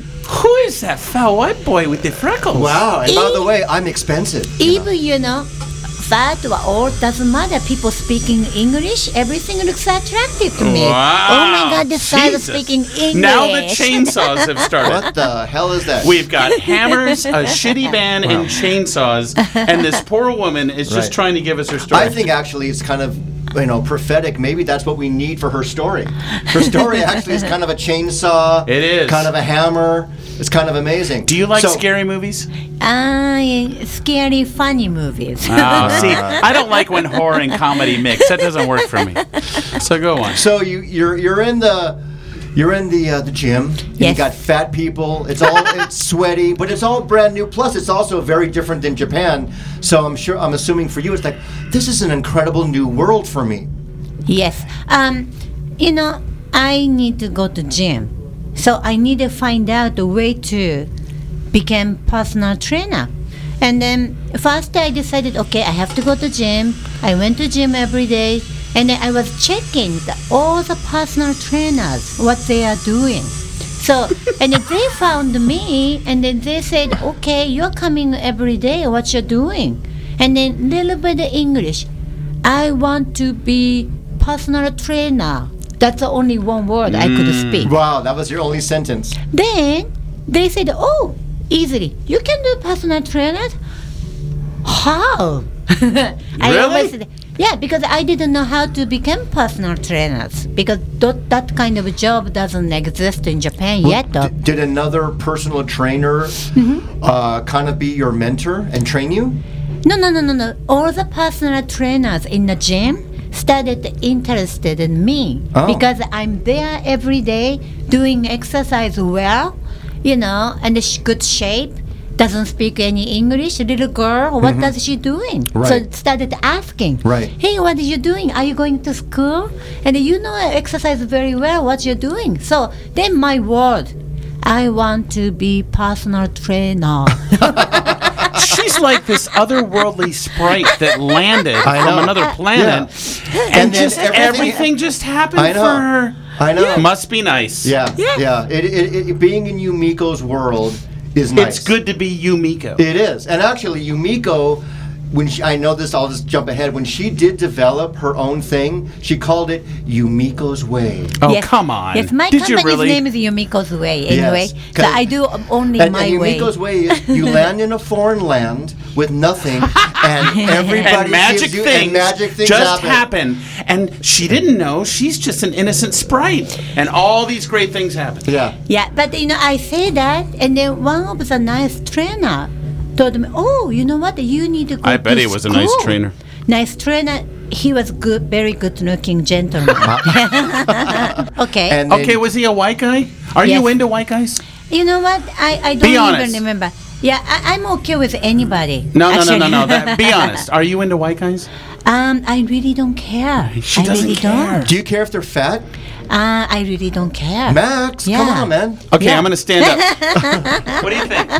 Speaker 2: Who is that foul white boy with the freckles?
Speaker 1: Wow. And by
Speaker 2: E
Speaker 1: the way, I'm expensive.
Speaker 3: Even you know, fat or old doesn't matter. People speaking English, everything looks attractive to me.
Speaker 2: Wow.
Speaker 3: Oh my God, this guy is
Speaker 2: Jesus.
Speaker 3: speaking English.
Speaker 2: Now the chainsaws have started.
Speaker 1: What the hell is that?
Speaker 2: We've got hammers, a shitty band, and chainsaws, and this poor woman is just
Speaker 1: Right.
Speaker 2: trying to give us her story.
Speaker 1: I think actually it's kind of you know prophetic. Maybe that's what we need for her story.
Speaker 2: *laughs*
Speaker 1: Her story actually is kind of a chainsaw.
Speaker 2: It is.
Speaker 1: kind of a hammer. It's kind of amazing.
Speaker 2: Do you like
Speaker 1: So-
Speaker 2: scary movies?
Speaker 3: Ah, scary, funny movies.
Speaker 2: Oh, see, I don't like when horror and comedy mix. That doesn't work for me. So go on.
Speaker 1: So you you're you're in the. You're in the uh, the gym. and You
Speaker 3: Yes.
Speaker 1: got fat people. It's all it's sweaty, but it's all brand new. Plus, it's also very different than Japan. So I'm sure I'm assuming for you, it's like this is an incredible new world for me.
Speaker 3: Yes. Um, you know, I need to go to gym, so I need to find out a way to become personal trainer. And then first I decided, okay, I have to go to gym. I went to gym every day, and then I was checking the, all the personal trainers what they are doing. So, and then they found me, and then they said, okay, you're coming every day. What you're doing? And then little bit of English. I want to be personal trainer. That's the only one word I could speak.
Speaker 1: Wow, that was your only sentence.
Speaker 3: Then they said, "Oh, easily, you can do personal trainer." How? *laughs* I
Speaker 2: Really?
Speaker 3: always said, yeah, because I didn't know how to become personal trainers because that, that kind of job doesn't exist in Japan yet. Though. Mm-hmm.
Speaker 1: D- did another personal trainer uh, kind of be your mentor and train you?
Speaker 3: No, no, no, no, no. All the personal trainers in the gym started interested in me
Speaker 1: Oh.
Speaker 3: because I'm there every day doing exercise well, you know, and sh- good shape. Doesn't speak any English, little girl. What does she doing? So
Speaker 1: Mm-hmm. Right.
Speaker 3: it started asking.
Speaker 1: Right.
Speaker 3: Hey, what are you doing? Are you going to school? And you know exercise very well. What you're doing? So then my word, I want to be personal trainer.
Speaker 1: *laughs*
Speaker 2: She's like this otherworldly sprite that landed from
Speaker 1: know.
Speaker 2: another planet, and,
Speaker 1: And then
Speaker 2: just everything,
Speaker 1: everything-
Speaker 2: just happened
Speaker 1: I know.
Speaker 2: for her.
Speaker 1: I know.
Speaker 2: Must be nice.
Speaker 1: Yeah, yeah. It, it, it, being in Yumiko's world is nice.
Speaker 2: It's good to be Yumiko.
Speaker 1: It is, and actually, Yumiko. When she, I know this, I'll just jump ahead. When she did develop her own thing, she called it Yumiko's Way.
Speaker 2: oh,
Speaker 3: Yes.
Speaker 2: come on.
Speaker 3: Yes, my
Speaker 2: Did you
Speaker 3: company's
Speaker 2: really?
Speaker 3: name is Yumiko's Way anyway.
Speaker 1: Yes,
Speaker 3: so
Speaker 1: 'cause-
Speaker 3: I do um, only
Speaker 1: And,
Speaker 3: my
Speaker 1: and
Speaker 3: way. *laughs*
Speaker 1: Yumiko's way. is you land in a foreign land with nothing
Speaker 3: *laughs*
Speaker 1: and everybody
Speaker 2: and magic
Speaker 1: gives you,
Speaker 2: things
Speaker 1: and magic things
Speaker 2: just happen. And she didn't know. She's just an innocent sprite, and all these great things happen.
Speaker 1: Yeah.
Speaker 3: Yeah, but you know, I say that, and then one of the nice trainer told me, "Oh, you know what? You need to go."
Speaker 2: I bet
Speaker 3: to
Speaker 2: he was a nice
Speaker 3: school."
Speaker 2: trainer.
Speaker 3: Nice trainer. He was good, very
Speaker 2: *laughs*
Speaker 3: good-looking gentleman. *laughs* okay.
Speaker 1: And then-
Speaker 2: Okay, was he a white guy? Are you
Speaker 3: Yes.
Speaker 2: into white guys?
Speaker 3: you know what? I I
Speaker 2: Be
Speaker 3: don't
Speaker 2: honest.
Speaker 3: even remember. Yeah, I, I'm okay with anybody.
Speaker 2: No, no,
Speaker 3: actually.
Speaker 2: no, no, no. That,
Speaker 3: *laughs*
Speaker 2: be honest. Are you into white guys?
Speaker 3: um, I really don't care.
Speaker 2: She
Speaker 3: I
Speaker 2: doesn't
Speaker 3: really
Speaker 2: care.
Speaker 1: do you care if they're fat?
Speaker 3: Don't. Uh, I really don't care.
Speaker 1: Max, come
Speaker 3: Yeah.
Speaker 1: on, man.
Speaker 2: Okay,
Speaker 3: Yeah.
Speaker 2: I'm gonna stand up.
Speaker 3: *laughs*
Speaker 2: what do you think?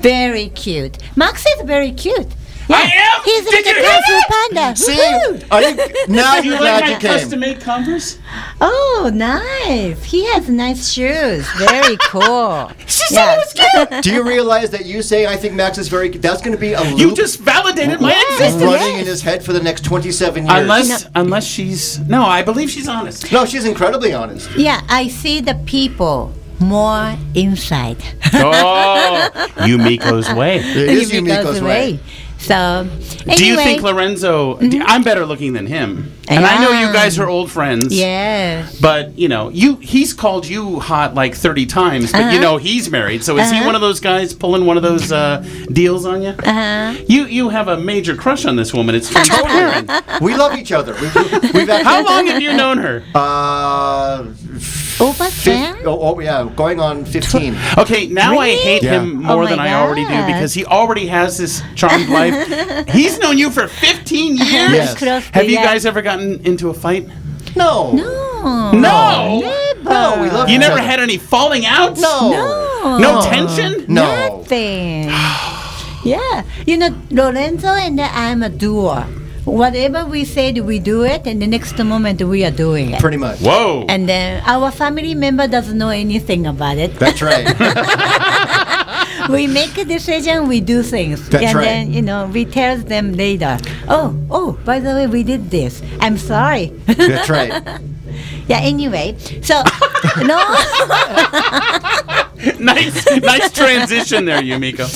Speaker 3: Very cute. Max is very cute.
Speaker 2: I am.
Speaker 3: He's
Speaker 2: Did
Speaker 3: like
Speaker 2: you
Speaker 3: a
Speaker 2: hear
Speaker 3: kung fu
Speaker 2: that?
Speaker 3: panda.
Speaker 1: See,
Speaker 3: Woohoo!
Speaker 1: are you
Speaker 3: *laughs*
Speaker 1: now? You're
Speaker 2: Do you like
Speaker 1: glad
Speaker 2: my
Speaker 1: you came.
Speaker 2: custom-made Converse?
Speaker 3: Oh, nice. He has nice shoes. Very cool. she said was
Speaker 1: Do you realize that you saying I think Max is very? That's going to be a loop
Speaker 2: You just validated my existence.
Speaker 1: running in his head for the next 27 years.
Speaker 2: Unless, unless she's no, I believe she's
Speaker 3: *laughs*
Speaker 2: honest.
Speaker 1: no, she's incredibly honest.
Speaker 3: *laughs* Yeah, I see the people more inside.
Speaker 2: Oh, Yumiko's way.
Speaker 1: It is
Speaker 3: Even
Speaker 1: Yumiko's
Speaker 3: goes
Speaker 1: way.
Speaker 3: away. So, anyway, Mm-hmm.
Speaker 2: Do you think Lorenzo? d- I'm better looking than him, and I know you guys are old friends.
Speaker 3: Yeah.
Speaker 2: But you know, you he's called you hot like 30 times, but
Speaker 3: Uh-huh.
Speaker 2: you know he's married. So is he one of those guys pulling one of those uh, deals on you?
Speaker 3: Uh,
Speaker 2: You you have a major crush on this woman. It's
Speaker 3: *laughs*
Speaker 2: extraordinary.
Speaker 1: We love each other. We,
Speaker 2: *laughs*
Speaker 1: we've actually,
Speaker 2: How long have
Speaker 3: *laughs*
Speaker 2: you known her?
Speaker 1: Uh,
Speaker 3: over
Speaker 1: fif-
Speaker 3: there?
Speaker 1: oh, oh, yeah, going on 15.
Speaker 2: Okay, now I
Speaker 3: Really?
Speaker 2: hate
Speaker 1: Yeah.
Speaker 2: him more
Speaker 3: Oh
Speaker 2: than I
Speaker 3: my
Speaker 2: already do
Speaker 3: God.
Speaker 2: because he already has this charmed
Speaker 3: *laughs*
Speaker 2: life. He's known you for 15 years.
Speaker 1: Yes.
Speaker 3: Close to,
Speaker 2: Have you
Speaker 3: yeah.
Speaker 2: guys ever gotten into a fight?
Speaker 1: No.
Speaker 3: No.
Speaker 2: No.
Speaker 3: Never.
Speaker 1: No, we love
Speaker 2: You
Speaker 1: each
Speaker 2: never
Speaker 1: other.
Speaker 2: had any falling out?
Speaker 1: No.
Speaker 3: No.
Speaker 2: No tension?
Speaker 1: No.
Speaker 3: Nothing.
Speaker 1: *sighs*
Speaker 3: yeah. You know, Lorenzo and I'm a doer. Whatever we said, we do it, and the next moment we are doing it.
Speaker 1: Pretty much.
Speaker 2: Whoa.
Speaker 3: And then our family member doesn't know anything about it.
Speaker 1: That's right.
Speaker 3: *laughs* we make a decision, we do things.
Speaker 1: That's
Speaker 3: and
Speaker 1: right.
Speaker 3: then, you know, we tell them later, oh, oh, by the way, we did this. I'm sorry. *laughs*
Speaker 1: That's right.
Speaker 3: yeah, anyway.
Speaker 1: *laughs*
Speaker 3: So, no.
Speaker 2: *laughs* nice nice transition there, Yumiko.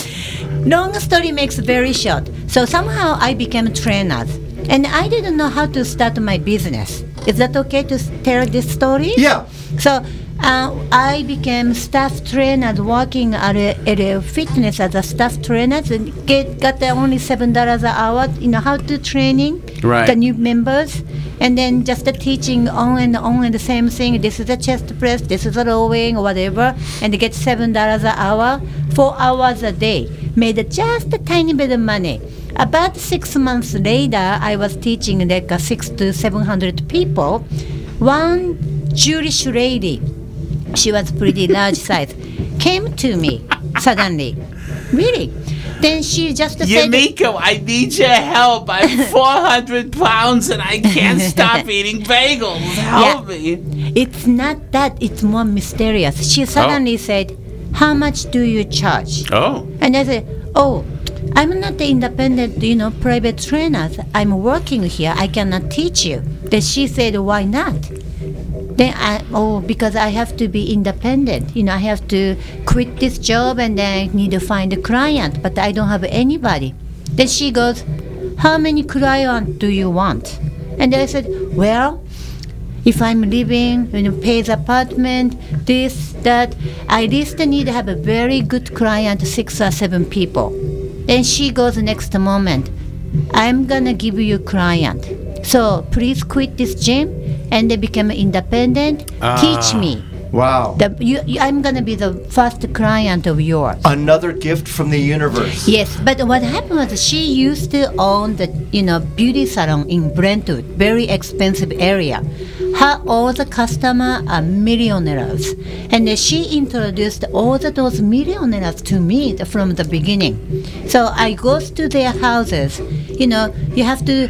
Speaker 3: Long story makes very short. So somehow I became trainers, and I didn't know how to start my business. Is that okay to s- tell this story?
Speaker 1: Yeah.
Speaker 3: So uh, I became staff trainer working at a, at a fitness as a staff trainer and get, got the only seven dollars an hour. You know how to training
Speaker 2: Right.
Speaker 3: the new members, and then just the teaching on and on and the same thing. This is a chest press, this is a rowing or whatever, and get seven dollars an hour, four hours a day. Made just a tiny bit of money. About six months later, I was teaching like uh, six to seven hundred people. One Jewish lady she was pretty large size, came to me suddenly. Really? Then she just said,
Speaker 2: Yumiko, I need your help. I'm
Speaker 3: *laughs*
Speaker 2: 400 pounds and I can't stop eating bagels. Help me.
Speaker 3: It's not that, it's more mysterious. She suddenly said, How much do you charge?
Speaker 2: Oh.
Speaker 3: And I said, Oh, I'm not the independent, you know, private trainer. I'm working here. I cannot teach you. Then she said, Why not? Then I, oh, because I have to be independent. You know, I have to quit this job and then I need to find a client, but I don't have anybody. Then she goes, How many clients do you want? And I said, Well, if I'm living, you know, pays apartment, this, that, I least need to have a very good client, six or seven people. Then she goes next moment, I'm gonna give you client. So please quit this gym and then become independent. Teach me.
Speaker 1: Wow.
Speaker 3: The, you, you, I'm gonna be the first client of yours.
Speaker 1: Another gift from the universe.
Speaker 3: Yes, but what happened was she used to own the you know beauty salon in Brentwood, very expensive area. Her all the customer are millionaires, and then she introduced all the, those millionaires to me from the beginning. So I goes to their houses. You know, you have to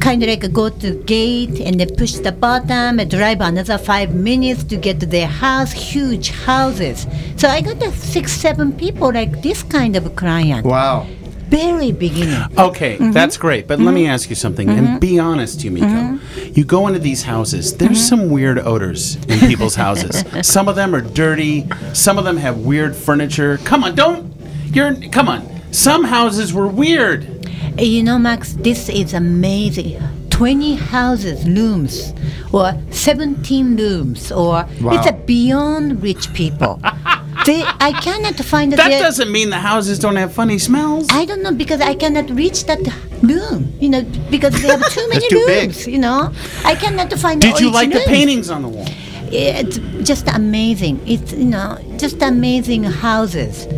Speaker 3: kind of like go to gate and then push the button and drive another five minutes to get to their house huge houses so i got uh, six seven people like this kind of client
Speaker 1: Wow.
Speaker 3: very beginning
Speaker 2: Okay,
Speaker 3: Mm-hmm.
Speaker 2: that's great. But let me ask you something, and be honest, Yumiko.
Speaker 3: Mm-hmm.
Speaker 2: You go into these houses. There's some weird odors in people's
Speaker 3: *laughs*
Speaker 2: houses. Some of them are dirty. Some of them have weird furniture. Come on, don't. You're. Come on. Some houses were weird.
Speaker 3: You know, Max, this is amazing. 20 houses, rooms, or 17 rooms, or it's a beyond rich people.
Speaker 2: *laughs*
Speaker 3: they, I cannot find
Speaker 2: That
Speaker 3: their-
Speaker 2: doesn't mean the houses don't have funny smells.
Speaker 3: I don't know because I cannot reach that room, you know, because they have too many
Speaker 1: It's too big.
Speaker 3: rooms, you know. I cannot find.
Speaker 2: Did you
Speaker 3: each
Speaker 2: like the
Speaker 3: room.
Speaker 2: paintings on the wall?
Speaker 3: It's just amazing. It's you know just amazing houses.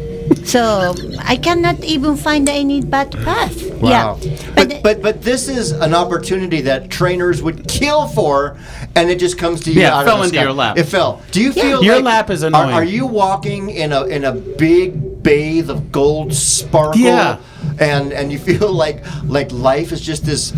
Speaker 3: So I cannot even find any bad path.
Speaker 1: Wow.
Speaker 3: Yeah,
Speaker 1: But, but but this is an opportunity that trainers would kill for, and it just comes to you.
Speaker 2: Yeah, it
Speaker 1: out of
Speaker 2: fell
Speaker 1: the
Speaker 2: into
Speaker 1: sky.
Speaker 2: your lap.
Speaker 1: It fell. Do you feel
Speaker 2: Your
Speaker 1: like-
Speaker 2: lap is
Speaker 1: are-
Speaker 2: annoying.
Speaker 1: Are, you walking in a in a big bathe of gold sparkle?
Speaker 2: Yeah.
Speaker 1: And and you feel *laughs* like like life is just this.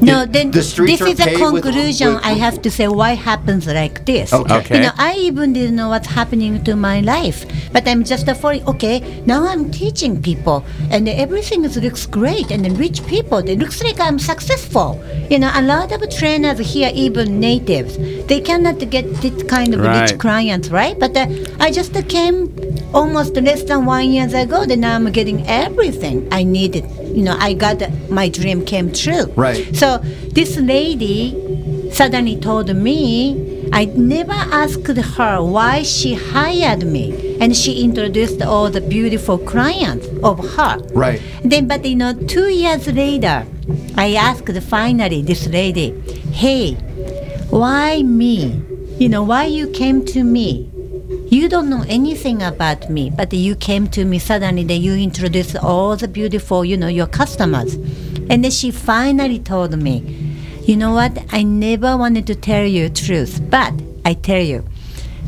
Speaker 3: No,
Speaker 1: it-
Speaker 3: then
Speaker 1: the streets
Speaker 3: this
Speaker 1: are
Speaker 3: is a
Speaker 1: paved with-
Speaker 3: conclusion
Speaker 1: with-
Speaker 3: I have to say why happens like this.
Speaker 1: Okay.
Speaker 2: Okay.
Speaker 3: You know, I even didn't know what's happening to my life. But I'm just a foreign okay, now I'm teaching people and everything is, looks great and the rich people. It looks like I'm successful. You know, a lot of trainers here, even natives, they cannot get this kind of
Speaker 2: Right.
Speaker 3: rich clients, right? But uh, I just came almost less than one years ago, then now I'm getting everything I needed. You know, I got uh, my dream came true.
Speaker 1: Right.
Speaker 3: So this lady suddenly told me I never asked her why she hired me, and she introduced all the beautiful clients of her.
Speaker 1: Right.
Speaker 3: Then, but you know, two years later, I asked finally this lady, "Hey, why me? You know, why you came to me?" You don't know anything about me, but you came to me suddenly that you introduced all the beautiful, you know, your customers. And then she finally told me, you know what, I never wanted to tell you truth, but I tell you,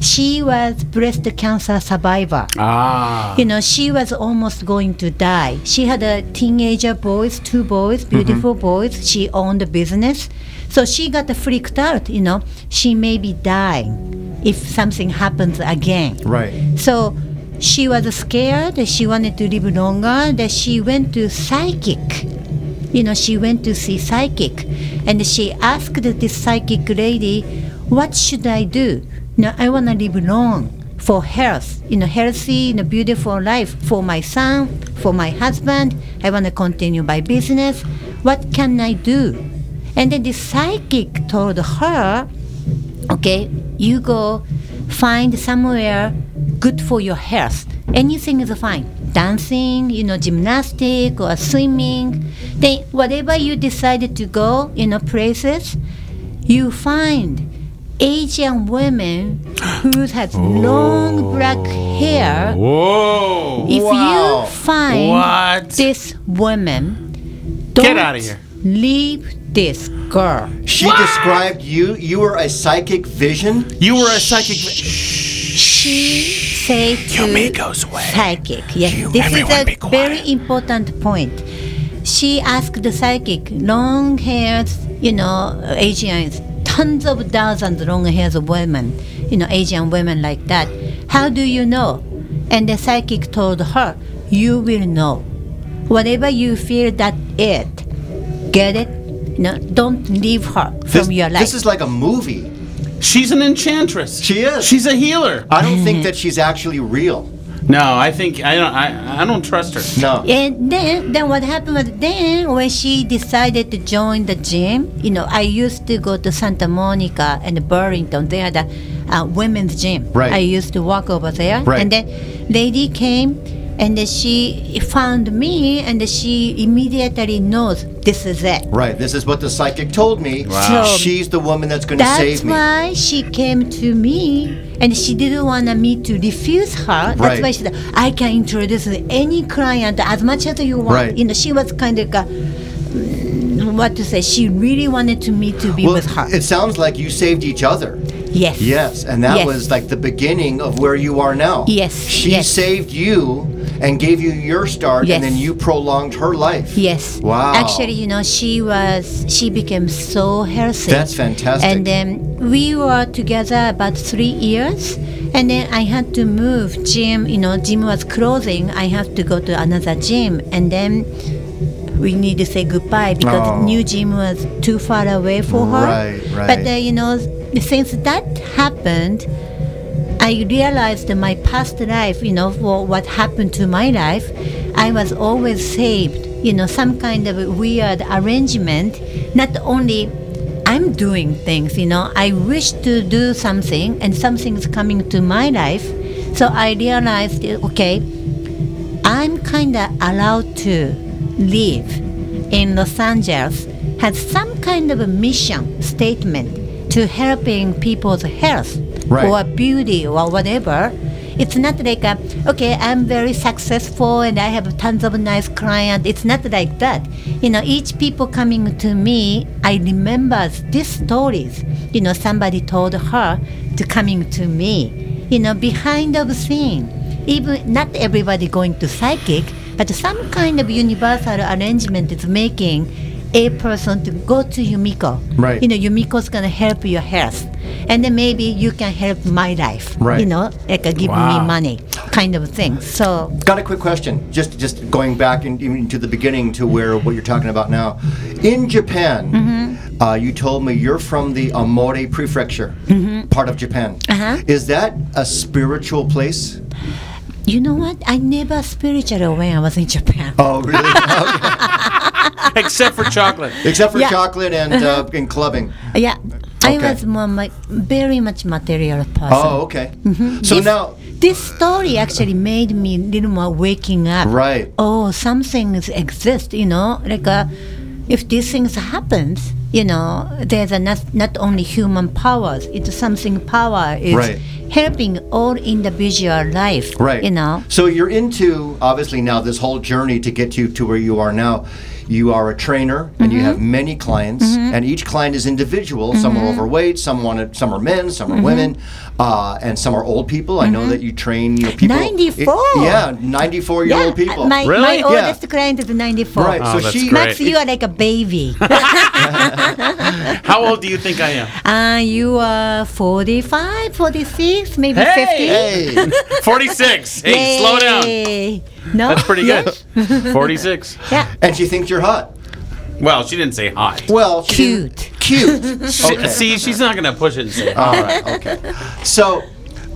Speaker 3: she was breast cancer survivor.
Speaker 2: Ah.
Speaker 3: You know, she was almost going to die. She had a teenager boys, two boys, beautiful boys. She owned a business. So she got freaked out, you know. She may be dying if something happens again.
Speaker 1: Right.
Speaker 3: So she was scared. She wanted to live longer. That she went to psychic. You know, she went to see psychic, and she asked this psychic lady, "What should I do? No, I wanna live long." For health, you know, healthy, you know, beautiful life for my son, for my husband. I want to continue my business. What can I do? And then the psychic told her, okay you go find somewhere good for your health anything is fine dancing you know gymnastic or swimming then whatever you decided to go you know places you find asian women who has long black hair
Speaker 2: Oh. Whoa.
Speaker 3: if
Speaker 1: Wow.
Speaker 3: you find
Speaker 2: What?
Speaker 3: this woman don't
Speaker 2: Get outta here.
Speaker 3: leave this girl
Speaker 1: She described you. You were a psychic vision.
Speaker 2: You were a psychic.
Speaker 3: she said to
Speaker 2: Yumiko's way.
Speaker 3: psychic. Yes, this
Speaker 2: everyone be
Speaker 3: is a
Speaker 2: quiet.
Speaker 3: very important point. She asked the psychic, long hairs, you know, Asians, tons of thousands long hairs of women, you know, Asian women like that. How do you know? And the psychic told her, you will know. Whatever you feel, that it. Get it? No, don't leave her from
Speaker 1: This,
Speaker 3: your life.
Speaker 1: this is like a movie.
Speaker 2: She's an enchantress.
Speaker 1: She is.
Speaker 2: She's a healer.
Speaker 1: I don't think that she's actually real.
Speaker 2: No, I think I don't. I, I don't trust her.
Speaker 1: No.
Speaker 3: And then, then what happened was then when she decided to join the gym, you know, I used to go to Santa Monica and Burlington. They had a uh, women's gym.
Speaker 1: Right.
Speaker 3: I used to walk over there.
Speaker 1: Right.
Speaker 3: And then lady came and then she found me and she immediately knows this is it.
Speaker 1: Right. This is what the psychic told me.
Speaker 3: Wow. So-
Speaker 1: She's the woman that's going to
Speaker 3: That's
Speaker 1: save me.
Speaker 3: why she came to me and she didn't want me to refuse her. That's
Speaker 1: Right.
Speaker 3: why she said, I can introduce any client as much as you want.
Speaker 1: Right.
Speaker 3: You know, she was kind of, uh, mm, what to say, she really wanted to me to be
Speaker 1: Well,
Speaker 3: with her.
Speaker 1: it sounds like you saved each other.
Speaker 3: yes.
Speaker 1: Yes, and that
Speaker 3: Yes.
Speaker 1: was like the beginning of where you are now.
Speaker 3: Yes,
Speaker 1: She
Speaker 3: yes.
Speaker 1: saved you and gave you your start
Speaker 3: Yes.
Speaker 1: and then you prolonged her life.
Speaker 3: Yes.
Speaker 1: Wow.
Speaker 3: Actually, you know, she was, she became so healthy.
Speaker 1: That's fantastic.
Speaker 3: And then we were together about three years. And then I had to move gym. You know, gym was closing. I have to go to another gym. And then we need to say goodbye because
Speaker 1: Oh.
Speaker 3: new gym was too far away for her.
Speaker 1: Right,
Speaker 3: But
Speaker 1: right.
Speaker 3: uh, you know, since that happened, I realized that my past life, you know, for what happened to my life, I was always saved you know, some kind of a weird arrangement. Not only I'm doing things, you know, I wish to do something and something's coming to my life. So I realized, okay, I'm kind of allowed to live in Los Angeles has some kind of a mission statement to helping people's health
Speaker 1: Right.
Speaker 3: or beauty or whatever. It's not like a, okay, I'm very successful and I have tons of nice clients. It's not like that. You know, each people coming to me, I remember these stories. You know, somebody told her to coming to me. You know, behind of scene, even not everybody going to psychic, but some kind of universal arrangement is making a person to go to Yumiko.
Speaker 1: Right.
Speaker 3: You know, Yumiko's gonna help your health, and then maybe you can help my life.
Speaker 1: Right.
Speaker 3: You know, like uh, give
Speaker 2: Wow.
Speaker 3: me money, kind of thing. So
Speaker 1: Got a quick question. Just just going back in, even to the beginning to where what you're talking about now. In Japan,
Speaker 3: Mm-hmm.
Speaker 1: uh, you told me you're from the Amore Prefecture, part of Japan.
Speaker 3: Mm-hmm. Uh-huh.
Speaker 1: Is that a spiritual place?
Speaker 3: you know what? I never spiritual when I was in Japan.
Speaker 1: Oh, *laughs* really? Okay.
Speaker 2: *laughs* Except for chocolate.
Speaker 1: Except for
Speaker 3: Yeah. Uh-huh.
Speaker 1: chocolate and uh, and clubbing.
Speaker 3: Yeah. I
Speaker 1: Okay.
Speaker 3: was more my, very much material person.
Speaker 1: Oh, okay. So
Speaker 3: This-
Speaker 1: now,
Speaker 3: this story actually made me a little more waking up.
Speaker 1: Right.
Speaker 3: Oh, some things exist, you know, like uh, if these things happens, you know, there's a not, not only human powers, it's something power is
Speaker 1: Right.
Speaker 3: helping all individual life,
Speaker 1: right?
Speaker 3: you know.
Speaker 1: So you're into obviously now this whole journey to get you to where you are now. You are a trainer, and you have
Speaker 3: Mm-hmm.
Speaker 1: many clients, and each client is individual. Some are overweight, some want some are men, some
Speaker 3: Mm-hmm.
Speaker 1: are women, uh, and some are old people. I know that you train you know, people.
Speaker 3: 94.
Speaker 1: yeah, ninety-four year old people.
Speaker 3: My,
Speaker 2: Really?
Speaker 3: my
Speaker 2: Yeah.
Speaker 3: oldest client is 94.
Speaker 1: right.
Speaker 2: Oh,
Speaker 1: so
Speaker 2: that's
Speaker 1: she.
Speaker 2: great.
Speaker 3: Max, you are like a
Speaker 2: *laughs*
Speaker 3: baby.
Speaker 2: How old do you think I am?
Speaker 3: uh, you are 45, 46, maybe
Speaker 2: Hey!
Speaker 3: 50.
Speaker 1: Hey,
Speaker 2: 46. Hey, slow down.
Speaker 3: Yay. No?
Speaker 2: That's pretty
Speaker 3: Yeah.
Speaker 2: good. 46. *laughs*
Speaker 3: Yeah.
Speaker 1: and she thinks you're hot.
Speaker 2: Well, she didn't say hot.
Speaker 1: Well, she didn't-
Speaker 3: Cute. *laughs*
Speaker 1: Cute.
Speaker 2: She-
Speaker 1: Okay. Uh,
Speaker 2: See, she's not going to push it and say hot.
Speaker 1: All right. Okay. So,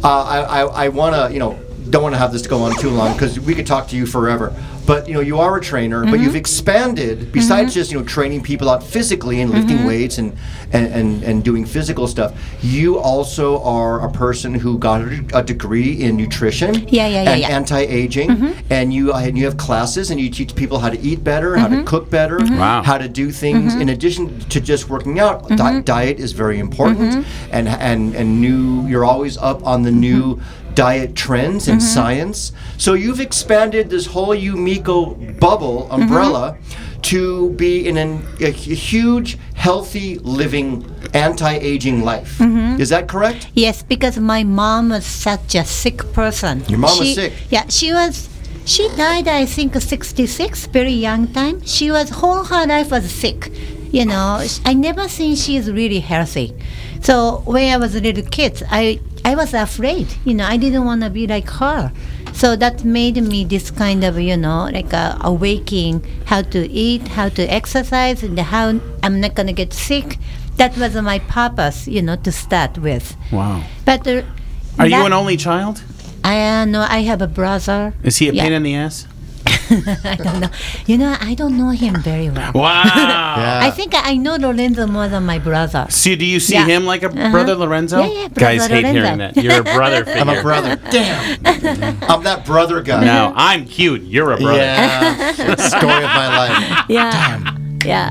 Speaker 1: uh, I, I, I want to, you know, don't want to have this go on too long because we could talk to you forever. But you know, you are a trainer, but
Speaker 3: Mm-hmm.
Speaker 1: you've expanded besides just you know training people out physically and lifting
Speaker 3: Mm-hmm.
Speaker 1: weights and, and and and doing physical stuff. You also are a person who got a, a degree in nutrition.
Speaker 3: Yeah, yeah, yeah,
Speaker 1: And
Speaker 3: yeah.
Speaker 1: anti-aging,
Speaker 3: Mm-hmm.
Speaker 1: and you and you have classes and you teach people how to eat better, how
Speaker 3: Mm-hmm.
Speaker 1: to cook better,
Speaker 2: Wow.
Speaker 1: how to do things in addition to just working out.
Speaker 3: Mm-hmm.
Speaker 1: Di- diet is very important, and and and new. You're always up on the new
Speaker 3: Mm-hmm.
Speaker 1: diet trends and science. So you've expanded this whole Umiko bubble
Speaker 3: Mm-hmm.
Speaker 1: umbrella to be in an, a, hu- huge, healthy living, anti-aging life.
Speaker 3: Mm-hmm.
Speaker 1: Is that correct?
Speaker 3: Yes, because my mom was such a sick person.
Speaker 1: Your mom was
Speaker 3: She-
Speaker 1: sick?
Speaker 3: Yeah, she was. She died, I think, 66, very young time. She was whole her life was sick. You know, sh- I never seen she is really healthy. So when I was a little kid, I I was afraid. You know, I didn't want to be like her. So that made me this kind of you know like a awaking how to eat, how to exercise, and how I'm not gonna get sick. That was my purpose, you know, to start with.
Speaker 2: Wow.
Speaker 3: But uh,
Speaker 2: Are you
Speaker 3: that-
Speaker 2: an only child?
Speaker 3: I uh, no, I have a brother. *laughs*
Speaker 2: Is he a
Speaker 3: Yeah.
Speaker 2: pain in the ass?
Speaker 3: I don't know. You know, I don't know him very well.
Speaker 2: Wow. Uh,
Speaker 3: I think I know Lorenzo more than my brother.
Speaker 2: So do you see
Speaker 3: Yeah.
Speaker 2: him like a brother Lorenzo?
Speaker 3: Yeah, yeah, brother
Speaker 2: Guys hate hearing
Speaker 3: Lorenzo.
Speaker 2: that. You're a brother figure.
Speaker 1: I'm a brother. Damn,
Speaker 3: *laughs*
Speaker 1: I'm that brother guy.
Speaker 2: No, I'm cute. You're a brother.
Speaker 3: *laughs*
Speaker 1: Yeah, it's the story of my
Speaker 2: Ah,
Speaker 1: life.
Speaker 3: Yeah. Yeah.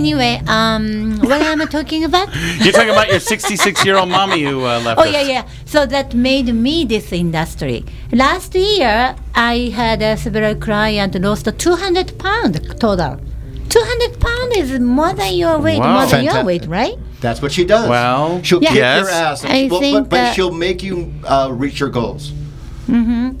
Speaker 3: Anyway, um, what am I talking about?
Speaker 2: You're talking about your 66 year old mommy who uh, left
Speaker 3: Oh
Speaker 2: us.
Speaker 3: yeah, yeah. So that made me this industry. Last year, I had uh, several client lost 200 pound total. 200 pound is more than your weight,
Speaker 2: Wow.
Speaker 3: more than your
Speaker 1: Fantastic.
Speaker 3: weight, right?
Speaker 1: That's what she does.
Speaker 2: Well,
Speaker 1: she'll
Speaker 3: Yeah.
Speaker 1: kick
Speaker 2: yes.
Speaker 1: your ass, and
Speaker 3: I
Speaker 1: she- but-
Speaker 3: think
Speaker 1: but, but
Speaker 3: that-
Speaker 1: she'll make you uh, reach your goals.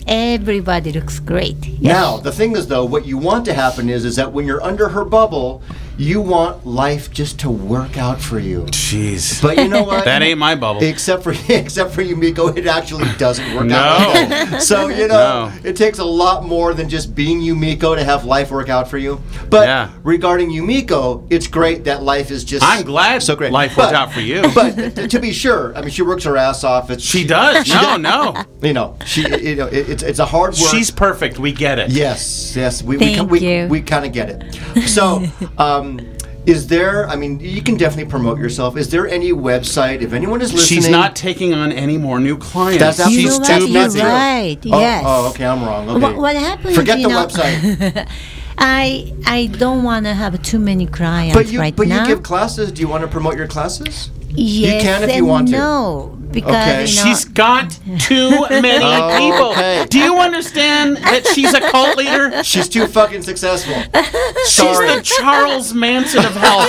Speaker 3: Everybody looks great.
Speaker 1: Now, the thing is, though, what you want to happen is, is that when you're under her bubble, You want life just to work out for you.
Speaker 2: Jeez.
Speaker 1: But you know what?
Speaker 2: *laughs* that ain't my bubble.
Speaker 1: Except for *laughs* except for you, Miko, it actually doesn't work out.
Speaker 2: No.
Speaker 1: like that. *laughs* So you know,
Speaker 2: No.
Speaker 1: it takes a lot more than just being you, Miko, to have life work out for you. But
Speaker 2: Yeah.
Speaker 1: regarding you, Miko, it's great that life is just.
Speaker 2: I'm glad
Speaker 1: so great.
Speaker 2: life
Speaker 1: But-
Speaker 2: worked out for you.
Speaker 1: But t- to be sure, I mean, she works her ass off. It's
Speaker 2: she does.
Speaker 1: *laughs*
Speaker 2: No, no.
Speaker 1: You know, she. You know, it, it's it's a hard work.
Speaker 2: She's perfect. We get it.
Speaker 1: Yes, yes, we
Speaker 5: Thank
Speaker 1: we, ki- we,
Speaker 5: you.
Speaker 1: we kind of get it.
Speaker 3: *laughs*
Speaker 1: So, um, is there? I mean, you can definitely promote yourself. Is there any website if anyone is listening?
Speaker 2: She's not taking on any more new clients.
Speaker 1: That's
Speaker 2: She's
Speaker 1: absolutely
Speaker 3: You are
Speaker 1: too
Speaker 2: too
Speaker 3: you're
Speaker 1: that's
Speaker 2: busy.
Speaker 1: true.
Speaker 3: right.
Speaker 1: Oh,
Speaker 3: Yes.
Speaker 1: Oh, okay, I'm wrong. Okay.
Speaker 3: What, what happens?
Speaker 1: Forget
Speaker 3: you
Speaker 1: the
Speaker 3: know,
Speaker 1: website.
Speaker 3: *laughs* I I don't want to have too many clients
Speaker 1: But you
Speaker 3: right
Speaker 1: but
Speaker 3: now.
Speaker 1: you give classes. Do you want to promote your classes?
Speaker 3: yes
Speaker 1: can if you
Speaker 3: and
Speaker 1: want to.
Speaker 3: No, because
Speaker 1: Okay.
Speaker 3: you know,
Speaker 2: She's got
Speaker 3: *laughs*
Speaker 2: too many people.
Speaker 1: Oh, Okay.
Speaker 2: Do you understand that she's a cult leader?
Speaker 1: She's too fucking successful.
Speaker 2: She's
Speaker 1: Sorry.
Speaker 2: the Charles Manson of
Speaker 3: *laughs*
Speaker 2: health.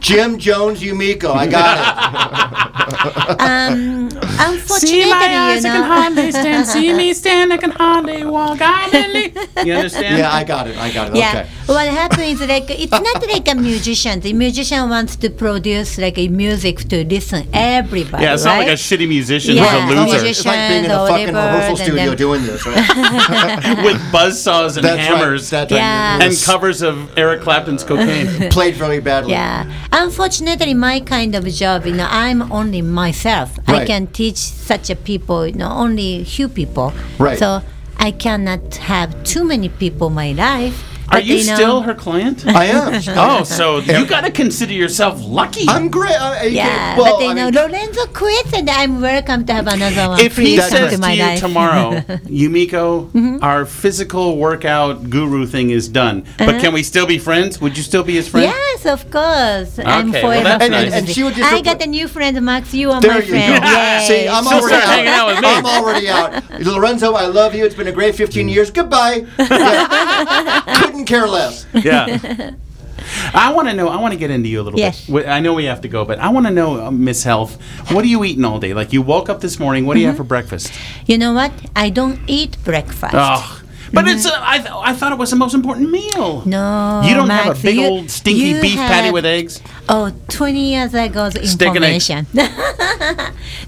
Speaker 1: Jim Jones Yumiko. I
Speaker 2: *laughs*
Speaker 1: got it. *laughs*
Speaker 3: um, unfortunately,
Speaker 4: See my eyes,
Speaker 3: you
Speaker 4: I can
Speaker 3: know,
Speaker 4: hardly
Speaker 3: *laughs*
Speaker 4: stand. See me stand, I can hardly walk. I only
Speaker 2: You understand?
Speaker 1: Yeah, I got it. I got it.
Speaker 3: Yeah.
Speaker 1: Okay.
Speaker 3: What happens is like it's not like a musician. The musician wants to produce like a music to listen everybody.
Speaker 2: Yeah, it's not like a
Speaker 3: right?
Speaker 2: shitty musician
Speaker 3: Yeah,
Speaker 2: who's a loser
Speaker 1: It's like being in a
Speaker 3: Musicians,
Speaker 1: fucking
Speaker 3: Oliver,
Speaker 1: rehearsal
Speaker 3: and
Speaker 1: studio
Speaker 3: then-
Speaker 1: doing this, right?
Speaker 2: *laughs* with buzzsaws and
Speaker 1: That's
Speaker 2: hammers
Speaker 1: right. That's
Speaker 3: Yeah.
Speaker 1: right.
Speaker 2: and covers of Eric Clapton's
Speaker 3: *laughs*
Speaker 2: cocaine.
Speaker 1: Played very badly.
Speaker 3: Yeah. Unfortunately, my kind of job, you know, I'm only myself. I
Speaker 1: Right.
Speaker 3: can teach such a people, you know, only few people.
Speaker 1: Right.
Speaker 3: So I cannot have too many people in my life.
Speaker 2: Are
Speaker 3: But,
Speaker 2: you
Speaker 3: know,
Speaker 2: still her
Speaker 3: *laughs*
Speaker 2: client?
Speaker 1: I am.
Speaker 2: Oh, so you got to consider yourself lucky.
Speaker 1: I'm great. I, I-
Speaker 3: Yeah,
Speaker 1: well,
Speaker 3: but you
Speaker 1: I
Speaker 3: know,
Speaker 1: mean,
Speaker 3: Lorenzo quit, and I'm welcome to have another one.
Speaker 2: if he
Speaker 3: please come
Speaker 2: says to
Speaker 3: my
Speaker 2: you
Speaker 3: life. *laughs* Mm-hmm.
Speaker 2: tomorrow, Yumiko, our physical workout guru thing is done,
Speaker 3: Uh-huh.
Speaker 2: but can we still be friends? Would you still be his friend?
Speaker 3: Yes, of course. I'm
Speaker 2: Okay,
Speaker 3: forever
Speaker 2: well, that's
Speaker 3: friends
Speaker 2: nice.
Speaker 3: with
Speaker 1: And- and
Speaker 3: you.
Speaker 1: she would just
Speaker 3: I
Speaker 1: look
Speaker 3: got
Speaker 1: like-
Speaker 3: a new friend, Max. You are
Speaker 1: there
Speaker 3: my
Speaker 1: you
Speaker 3: friend.
Speaker 1: go.
Speaker 3: Yay.
Speaker 1: *laughs* See, I'm
Speaker 2: She'll
Speaker 1: already
Speaker 2: start
Speaker 1: out.
Speaker 2: hanging out with me.
Speaker 1: I'm already out. Lorenzo, I love you. It's been a great 15 years.
Speaker 3: *laughs*
Speaker 1: Goodbye. Yeah. Couldn't care less.
Speaker 3: *laughs*
Speaker 2: Yeah. I want to know. I want to get into you a little
Speaker 3: Yes.
Speaker 2: bit. Wh- I know we have to go, but I want to know, uh, Miss Health, what are you eating all day? Like you woke up this morning. What do you
Speaker 3: Mm-hmm.
Speaker 2: have for breakfast?
Speaker 3: You know what? I don't eat breakfast.
Speaker 2: Oh, but it's. A, I, th- I thought it was the most important meal.
Speaker 3: No,
Speaker 2: You don't have
Speaker 3: Max,
Speaker 2: a big
Speaker 3: you-
Speaker 2: old stinky
Speaker 3: you
Speaker 2: beef patty
Speaker 3: have-
Speaker 2: with eggs.
Speaker 3: Oh, 20 years ago's
Speaker 2: Steak and egg.
Speaker 3: information. *laughs*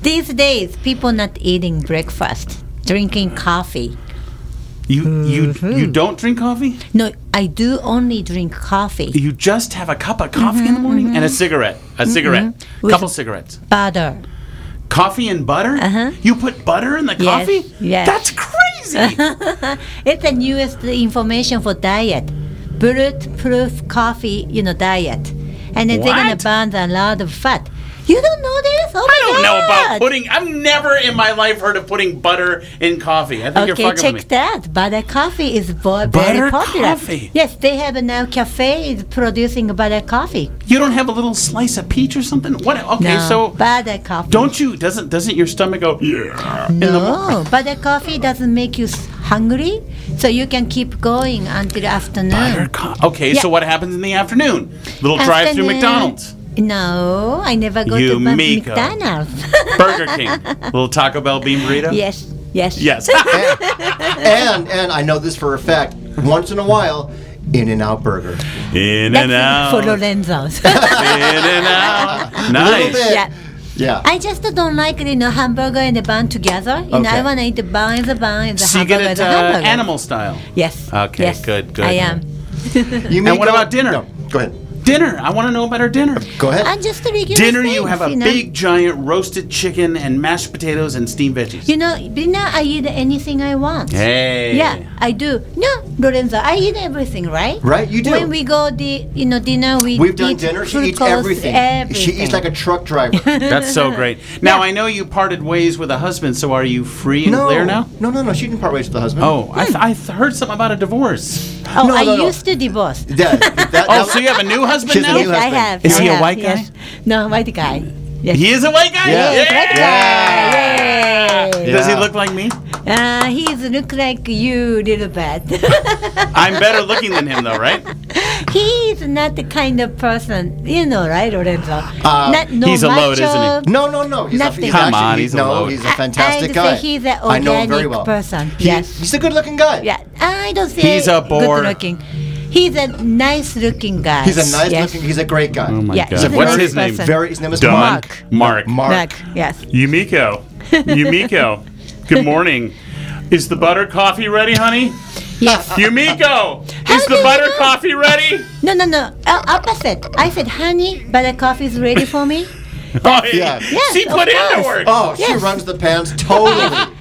Speaker 3: These days, people not eating breakfast, drinking coffee.
Speaker 2: You
Speaker 3: Mm-hmm.
Speaker 2: you you don't drink coffee.
Speaker 3: No, I do only drink coffee.
Speaker 2: You just have a cup of coffee in the morning and a cigarette. A cigarette.
Speaker 3: Mm-hmm, With-
Speaker 2: Couple cigarettes.
Speaker 3: Butter.
Speaker 2: Coffee and butter.
Speaker 3: Uh-huh.
Speaker 2: You put butter in the coffee.
Speaker 3: yes. Uh-huh.
Speaker 2: That's crazy.
Speaker 3: It's the newest information for diet. Bulletproof coffee, you know, diet. And then they're going
Speaker 2: What?
Speaker 3: to burn a lot of fat. You don't know this? Oh
Speaker 2: I don't know about
Speaker 3: God.
Speaker 2: putting. I've never in my life heard of putting butter in coffee. I think you're
Speaker 3: Okay,
Speaker 2: fucking
Speaker 3: check
Speaker 2: with me.
Speaker 3: that. Butter coffee is bo-
Speaker 2: Butter
Speaker 3: very popular.
Speaker 2: coffee?
Speaker 3: Yes, they have now cafe is producing butter coffee.
Speaker 2: You don't have a little slice of peach or something? What? Okay,
Speaker 3: No,
Speaker 2: so
Speaker 3: butter coffee.
Speaker 2: don't you? Doesn't doesn't your stomach go? Yeah. in the mor-
Speaker 3: No, butter coffee doesn't make you s- hungry, so you can keep going until afternoon.
Speaker 2: Butter co- okay, so
Speaker 3: Yeah.
Speaker 2: what happens in the afternoon? Little drive-through
Speaker 3: Afternoon.
Speaker 2: McDonald's,
Speaker 3: No, I never go
Speaker 2: You
Speaker 3: to Mc-
Speaker 2: Miko. *laughs*
Speaker 3: McDonald's.
Speaker 2: Burger King, little Taco Bell bean burrito.
Speaker 3: yes, yes. *laughs*
Speaker 2: Yes.
Speaker 1: And, and I know this for a fact, once in a while, In and Out Burger.
Speaker 2: in
Speaker 3: That's
Speaker 2: and out.
Speaker 3: for Lorenzo's. *laughs*
Speaker 2: In and out.
Speaker 1: Little
Speaker 2: Nice.
Speaker 1: bit.
Speaker 3: yeah.
Speaker 1: Yeah.
Speaker 3: I just don't like you know hamburger and the bun together. You know,
Speaker 1: Okay.
Speaker 3: I want to eat the bun and the bun and the
Speaker 2: So you
Speaker 3: hamburger
Speaker 2: get it
Speaker 3: and the
Speaker 2: uh,
Speaker 3: hamburger.
Speaker 2: animal style.
Speaker 3: Yes.
Speaker 2: Okay,
Speaker 3: yes,
Speaker 2: good, good.
Speaker 3: I am.
Speaker 1: Yumiko-
Speaker 2: And what about dinner?
Speaker 1: No, go ahead.
Speaker 2: Dinner. I want to know about her dinner.
Speaker 1: Go ahead.
Speaker 3: I'm just a regular
Speaker 2: Dinner. You
Speaker 3: things,
Speaker 2: have a
Speaker 3: you know.
Speaker 2: big giant roasted chicken and mashed potatoes and steamed veggies.
Speaker 3: You know, dinner. I eat anything I want.
Speaker 2: Hey.
Speaker 3: Yeah, I do. No, Lorenzo, I eat everything, right?
Speaker 1: Right, you do.
Speaker 3: When we go the you know dinner, we
Speaker 1: We've done
Speaker 3: eat
Speaker 1: dinner. She
Speaker 3: fruit
Speaker 1: eats
Speaker 3: coast,
Speaker 1: everything. She eats
Speaker 3: everything.
Speaker 1: like a truck driver.
Speaker 2: That's so great. Now I know you parted ways with a husband, so are you free and
Speaker 1: no.
Speaker 2: clear now?
Speaker 1: No, no, no. She didn't part ways with the husband.
Speaker 2: Oh, I, th- I th- heard something about a divorce.
Speaker 3: Oh,
Speaker 1: No,
Speaker 3: I
Speaker 1: no, no.
Speaker 3: used to divorce.
Speaker 1: Yeah,
Speaker 2: *laughs*
Speaker 1: that- that
Speaker 2: Oh,
Speaker 1: was-
Speaker 2: so you have a new husband
Speaker 1: She's a
Speaker 2: now?
Speaker 1: new
Speaker 3: Yes, I
Speaker 1: husband.
Speaker 3: have.
Speaker 2: Is
Speaker 3: I
Speaker 2: he a
Speaker 3: have,
Speaker 2: white guy?
Speaker 3: yes. No, white guy. Yes.
Speaker 2: He is a white guy.
Speaker 1: Yeah.
Speaker 3: Yes, white guy. Yay.
Speaker 2: Does he
Speaker 1: Yeah.
Speaker 2: look like me?
Speaker 3: Uh, he's look like you little *laughs* bit.
Speaker 2: I'm better looking than him, though, right?
Speaker 3: he's not the kind of person, you know, right, Lorenzo? not no
Speaker 2: he's a load, isn't he?
Speaker 3: macho,
Speaker 1: No, no, no. Uh, He's
Speaker 3: Nothing.
Speaker 1: A, he's
Speaker 3: Come
Speaker 1: actually,
Speaker 2: on,
Speaker 1: he-
Speaker 2: he's a
Speaker 1: no,
Speaker 2: load.
Speaker 1: he's
Speaker 3: I-
Speaker 1: a fantastic
Speaker 3: I'd
Speaker 1: guy.
Speaker 3: Say he's an
Speaker 1: I know him very
Speaker 3: organic
Speaker 1: well.
Speaker 3: person.
Speaker 1: He-
Speaker 3: yes.
Speaker 1: he's a good-looking guy.
Speaker 3: Yeah, I don't say
Speaker 2: He's a bore.
Speaker 3: Good looking. He's a nice looking guy.
Speaker 1: He's a nice
Speaker 3: yes.
Speaker 1: looking. He's a great guy.
Speaker 2: Oh my
Speaker 3: Yeah,
Speaker 2: God.
Speaker 3: he's a
Speaker 2: What's
Speaker 3: nice
Speaker 2: his name?
Speaker 3: person.
Speaker 1: Very. His name is
Speaker 2: Don?
Speaker 1: Mark.
Speaker 2: Mark.
Speaker 1: Mark.
Speaker 3: Mark, yes.
Speaker 2: Yumiko. Yumiko. Good morning. Is the butter coffee ready, honey?
Speaker 3: Yes.
Speaker 2: Yumiko,
Speaker 3: How
Speaker 2: is
Speaker 3: do
Speaker 2: the
Speaker 3: you
Speaker 2: butter
Speaker 3: know?
Speaker 2: coffee ready?
Speaker 3: No, no, no. Uh, opposite. I said, honey, butter coffee is ready for
Speaker 2: *laughs*
Speaker 3: me.
Speaker 2: *laughs* Oh,
Speaker 1: Yeah.
Speaker 3: Yes,
Speaker 2: she put
Speaker 3: of
Speaker 2: in the
Speaker 3: course.
Speaker 2: work.
Speaker 1: Oh, she
Speaker 3: Yes.
Speaker 1: runs the pants
Speaker 3: *laughs*
Speaker 1: totally.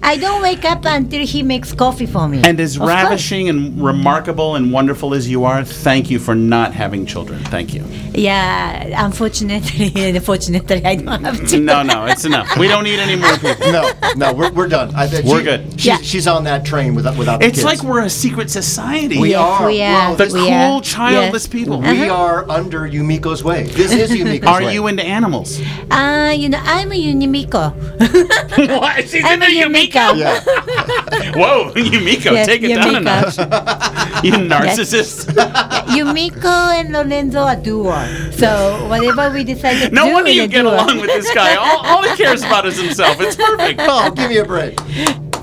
Speaker 3: I don't wake up until he makes coffee for me.
Speaker 2: And as
Speaker 3: Of course.
Speaker 2: ravishing and remarkable and wonderful as you are, thank you for not having children. Thank you.
Speaker 3: Yeah, unfortunately, *laughs* and fortunately, I don't have to.
Speaker 2: No, no, it's enough. We don't need any more people.
Speaker 1: no, no, we're, we're done. I, think
Speaker 2: We're
Speaker 1: she-
Speaker 2: good.
Speaker 1: She's,
Speaker 3: Yeah.
Speaker 1: she's on that train without without the kids.
Speaker 2: It's like we're a secret society.
Speaker 1: We
Speaker 3: Yes,
Speaker 1: are.
Speaker 3: *laughs* We
Speaker 1: Well,
Speaker 3: are.
Speaker 2: The
Speaker 3: we
Speaker 2: cool,
Speaker 3: are. Uh-huh.
Speaker 2: childless
Speaker 3: Yes.
Speaker 2: people.
Speaker 1: We are under Yumiko's way. This
Speaker 3: *laughs*
Speaker 1: is Yumiko's
Speaker 2: Are
Speaker 1: way.
Speaker 2: you into *laughs* animals?
Speaker 3: Uh, you know, I'm a Unimiko.
Speaker 2: what? She's
Speaker 3: I'm a
Speaker 2: into
Speaker 3: Yumiko. *laughs*
Speaker 1: Yeah.
Speaker 2: *laughs* Whoa, Yumiko,
Speaker 3: Yes,
Speaker 2: take it down a notch. *laughs*
Speaker 3: Yumiko.
Speaker 2: You narcissist. *laughs*
Speaker 3: Yumiko and Lorenzo are duo. So whatever we decide to
Speaker 2: No
Speaker 3: do,
Speaker 2: wonder
Speaker 3: is
Speaker 2: you
Speaker 3: a
Speaker 2: get
Speaker 3: duo.
Speaker 2: along with this guy. All, all he cares about is himself. It's perfect.
Speaker 1: Oh, give me a break.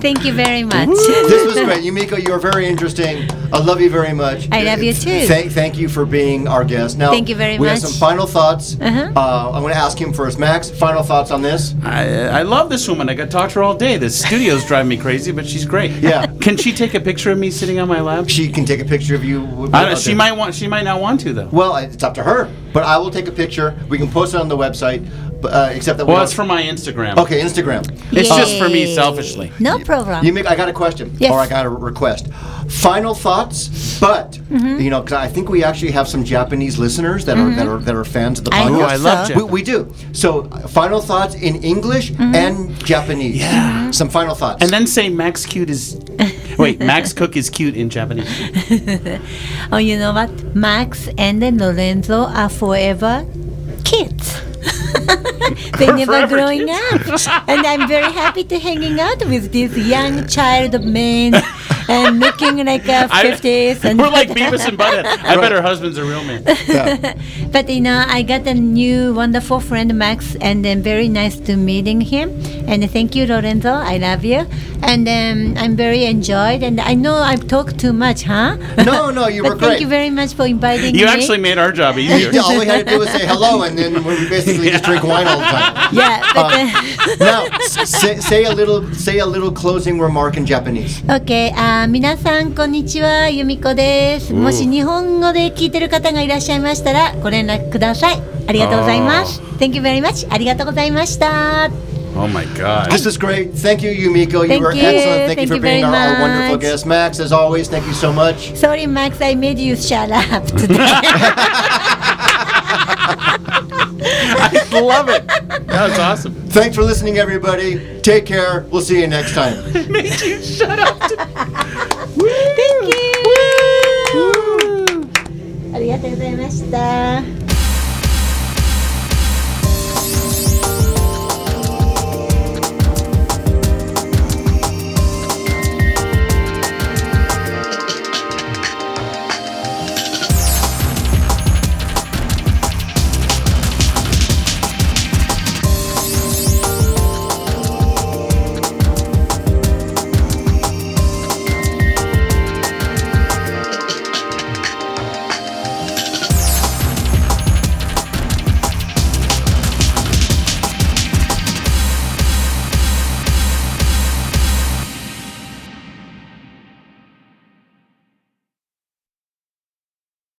Speaker 3: Thank you very much.
Speaker 1: This was great. Yumiko, you are very interesting. I love you very much.
Speaker 3: I love you too.
Speaker 1: Thank, thank you for being our guest. Now,
Speaker 3: Thank you very
Speaker 1: we have
Speaker 3: much.
Speaker 1: some final thoughts.
Speaker 3: Uh-huh.
Speaker 1: Uh, I'm going to ask him first. Max, final thoughts on this?
Speaker 2: *laughs* I, I love this woman. I could talk to her all day. The studio's driving me crazy, but she's great.
Speaker 1: Yeah.
Speaker 2: *laughs* Can she take a picture of me sitting on my lap?
Speaker 1: She can take a picture of you. with-
Speaker 2: I don't, she
Speaker 1: Okay.
Speaker 2: might want. She might not want to though.
Speaker 1: Well, it's up to her. But I will take a picture. We can post it on the website. b- Uh, except that we
Speaker 2: Well,
Speaker 1: don't-
Speaker 2: it's for my Instagram.
Speaker 1: Okay, Instagram.
Speaker 2: It's just for me
Speaker 3: Yay.
Speaker 2: selfishly.
Speaker 3: No problem.
Speaker 1: You make. I got a question,
Speaker 3: Yes.
Speaker 1: or I got a request. Final thoughts, but
Speaker 3: Mm-hmm.
Speaker 1: you know, 'cause I think we actually have some Japanese listeners that are that are that are fans of the
Speaker 3: I
Speaker 1: podcast.
Speaker 3: hope Ooh, I love so.
Speaker 1: We, we do. So, uh, final thoughts in English and Japanese. Yeah. Some final thoughts.
Speaker 2: And then say Max Cute is. Wait, Max Cook is cute in Japanese.
Speaker 3: oh, you know what? Max and then Lorenzo are forever kids. *laughs* they never
Speaker 2: Forever
Speaker 3: growing up, and I'm very happy to hanging out with this young child of
Speaker 2: *laughs*
Speaker 3: men and looking like a
Speaker 2: I-
Speaker 3: fifties.
Speaker 2: *laughs*
Speaker 3: and
Speaker 2: We're like Beavis and
Speaker 3: *laughs*
Speaker 2: Butthead. I bet her husband's a real man.
Speaker 3: But you know, I got a new wonderful friend Max, and then very nice to meeting him. And thank you, Lorenzo. I love you, and um, I'm very enjoyed. And I know I've talked too much, huh?
Speaker 1: *laughs* No, no, you
Speaker 3: *laughs* but
Speaker 1: were
Speaker 3: Thank
Speaker 1: great.
Speaker 3: you very much for inviting
Speaker 2: You
Speaker 3: me.
Speaker 2: actually made our job easier.
Speaker 1: yeah, all we had to do was say hello, and then we basically just drink wine all the
Speaker 3: *laughs*
Speaker 1: time.
Speaker 3: *laughs* yeah. But, uh, *laughs*
Speaker 1: Now, s- say, say a little, say a little closing remark in Japanese.
Speaker 3: OK、あー皆さんこんにちは由美子ですもし日本語で聞いてる方がいらっしゃいましたらご連絡くださいありがとうございます Thank you very much ありがとうございました
Speaker 2: Oh my god.
Speaker 1: This is great. Thank you, Yumiko. You
Speaker 3: Thank
Speaker 1: were
Speaker 3: you.
Speaker 1: excellent. Thank,
Speaker 3: Thank
Speaker 1: you for
Speaker 3: you
Speaker 1: being our,
Speaker 3: very
Speaker 1: our wonderful
Speaker 3: much.
Speaker 1: guest, Max. As always, thank you so much.
Speaker 3: Sorry Max I made you shut
Speaker 2: *laughs*
Speaker 3: up
Speaker 2: *laughs*
Speaker 3: today
Speaker 2: I love it. That was awesome.
Speaker 1: Thanks for listening, everybody. Take care. We'll see you next time.
Speaker 3: Thank you ありがとうございました